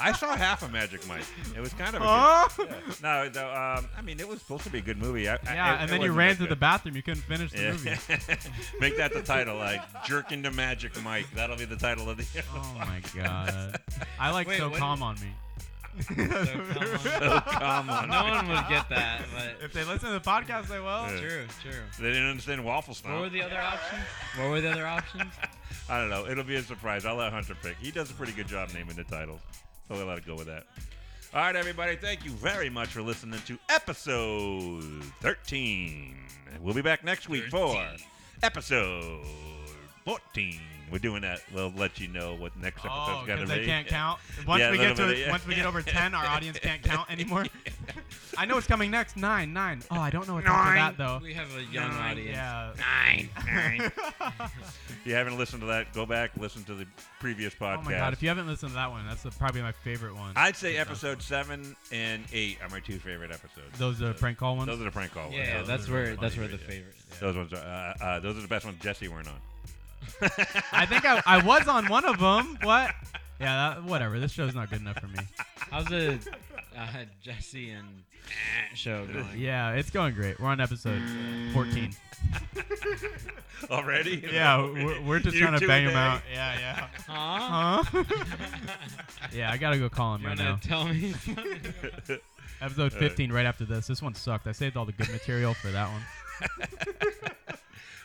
I saw half of Magic Mike. It was kind of a good, yeah. no. Though, um, I mean, it was supposed to be a good movie. I, I- Yeah, it- and it then you wasn't ran that to the good. bathroom. You couldn't finish the Yeah. movie. Make that the title, like Jerk into Magic Mike. That'll be the title of the Oh my god. I like Wait, so what calm is- on me. So come So Oh, come on. on. No one would get that, but If they listen to the podcast, they will. Yeah. true, true. They didn't understand waffle What were style. the other options? What were the other options? I don't know. It'll be a surprise. I'll let Hunter pick. He does a pretty good job naming the titles, so we'll let it go with that. All right, everybody. Thank you very much for listening to episode 13. We'll be back next week for episode 14. We're doing that. We'll let you know what next Oh, episode's going to because be. they can't count. Once Yeah, a we get little to bit, yeah. once we get over ten, our audience can't count anymore. I know what's coming next. Nine, nine. Oh, I don't know what's after that though. We have a young Nine, audience. Yeah. Oh Nine, nine. if you haven't listened to that, go back, listen to the previous podcast. Oh my god! If you haven't listened to that one, that's the, probably my favorite one. I'd say episode seven and eight are my two favorite episodes. Those are prank call ones. Those are the prank call ones. Yeah, Those that's are where really that's funny, where the yeah. favorite. Is. Those ones are. Uh, uh, those are the best ones. Jesse weren't on. I think I, I was on one of them. What? Yeah. That, whatever. This show's not good enough for me. How's the uh, Jesse and show going? Yeah, it's going great. We're on episode fourteen. Already? Yeah, Already? we're, we're just You trying two to a bang day? them out. Yeah, yeah. Huh? Huh? yeah, I gotta go call him You right wanna now. tell me? something? Episode All right. 15, right after this. This one sucked. I saved all the good material for that one.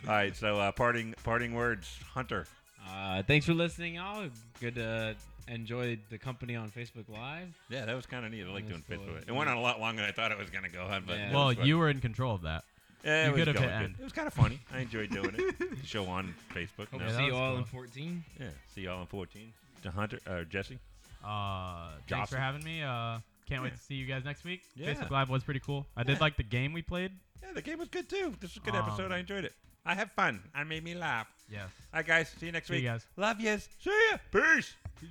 All right. So uh, parting parting words, Hunter. uh, thanks for listening, y'all. Good to enjoy the company on Facebook Live. Yeah, that was kind of neat. I like doing That's fits cool. with it. It went on a lot longer than I thought it was going to go on, but Yeah. it well, was fun. you were in control of that. yeah, it you was could have going hit good. end. It was kind of funny. I enjoyed doing it. The show on Facebook. now. Hope to Yeah, see that you was all cool. in 14. Yeah. See y'all in 14. To Hunter or Jesse. Uh, thanks for Jocelyn. having me. Uh, can't wait Yeah. to see you guys next week. Yeah. Facebook Live was pretty cool. I did Yeah. like the game we played. Yeah, the game was good too. This was a good episode. Um, I enjoyed it. I had fun. I made me laugh. Yes. All right, guys. See you next See you week. guys. Love yous. See ya. Peace.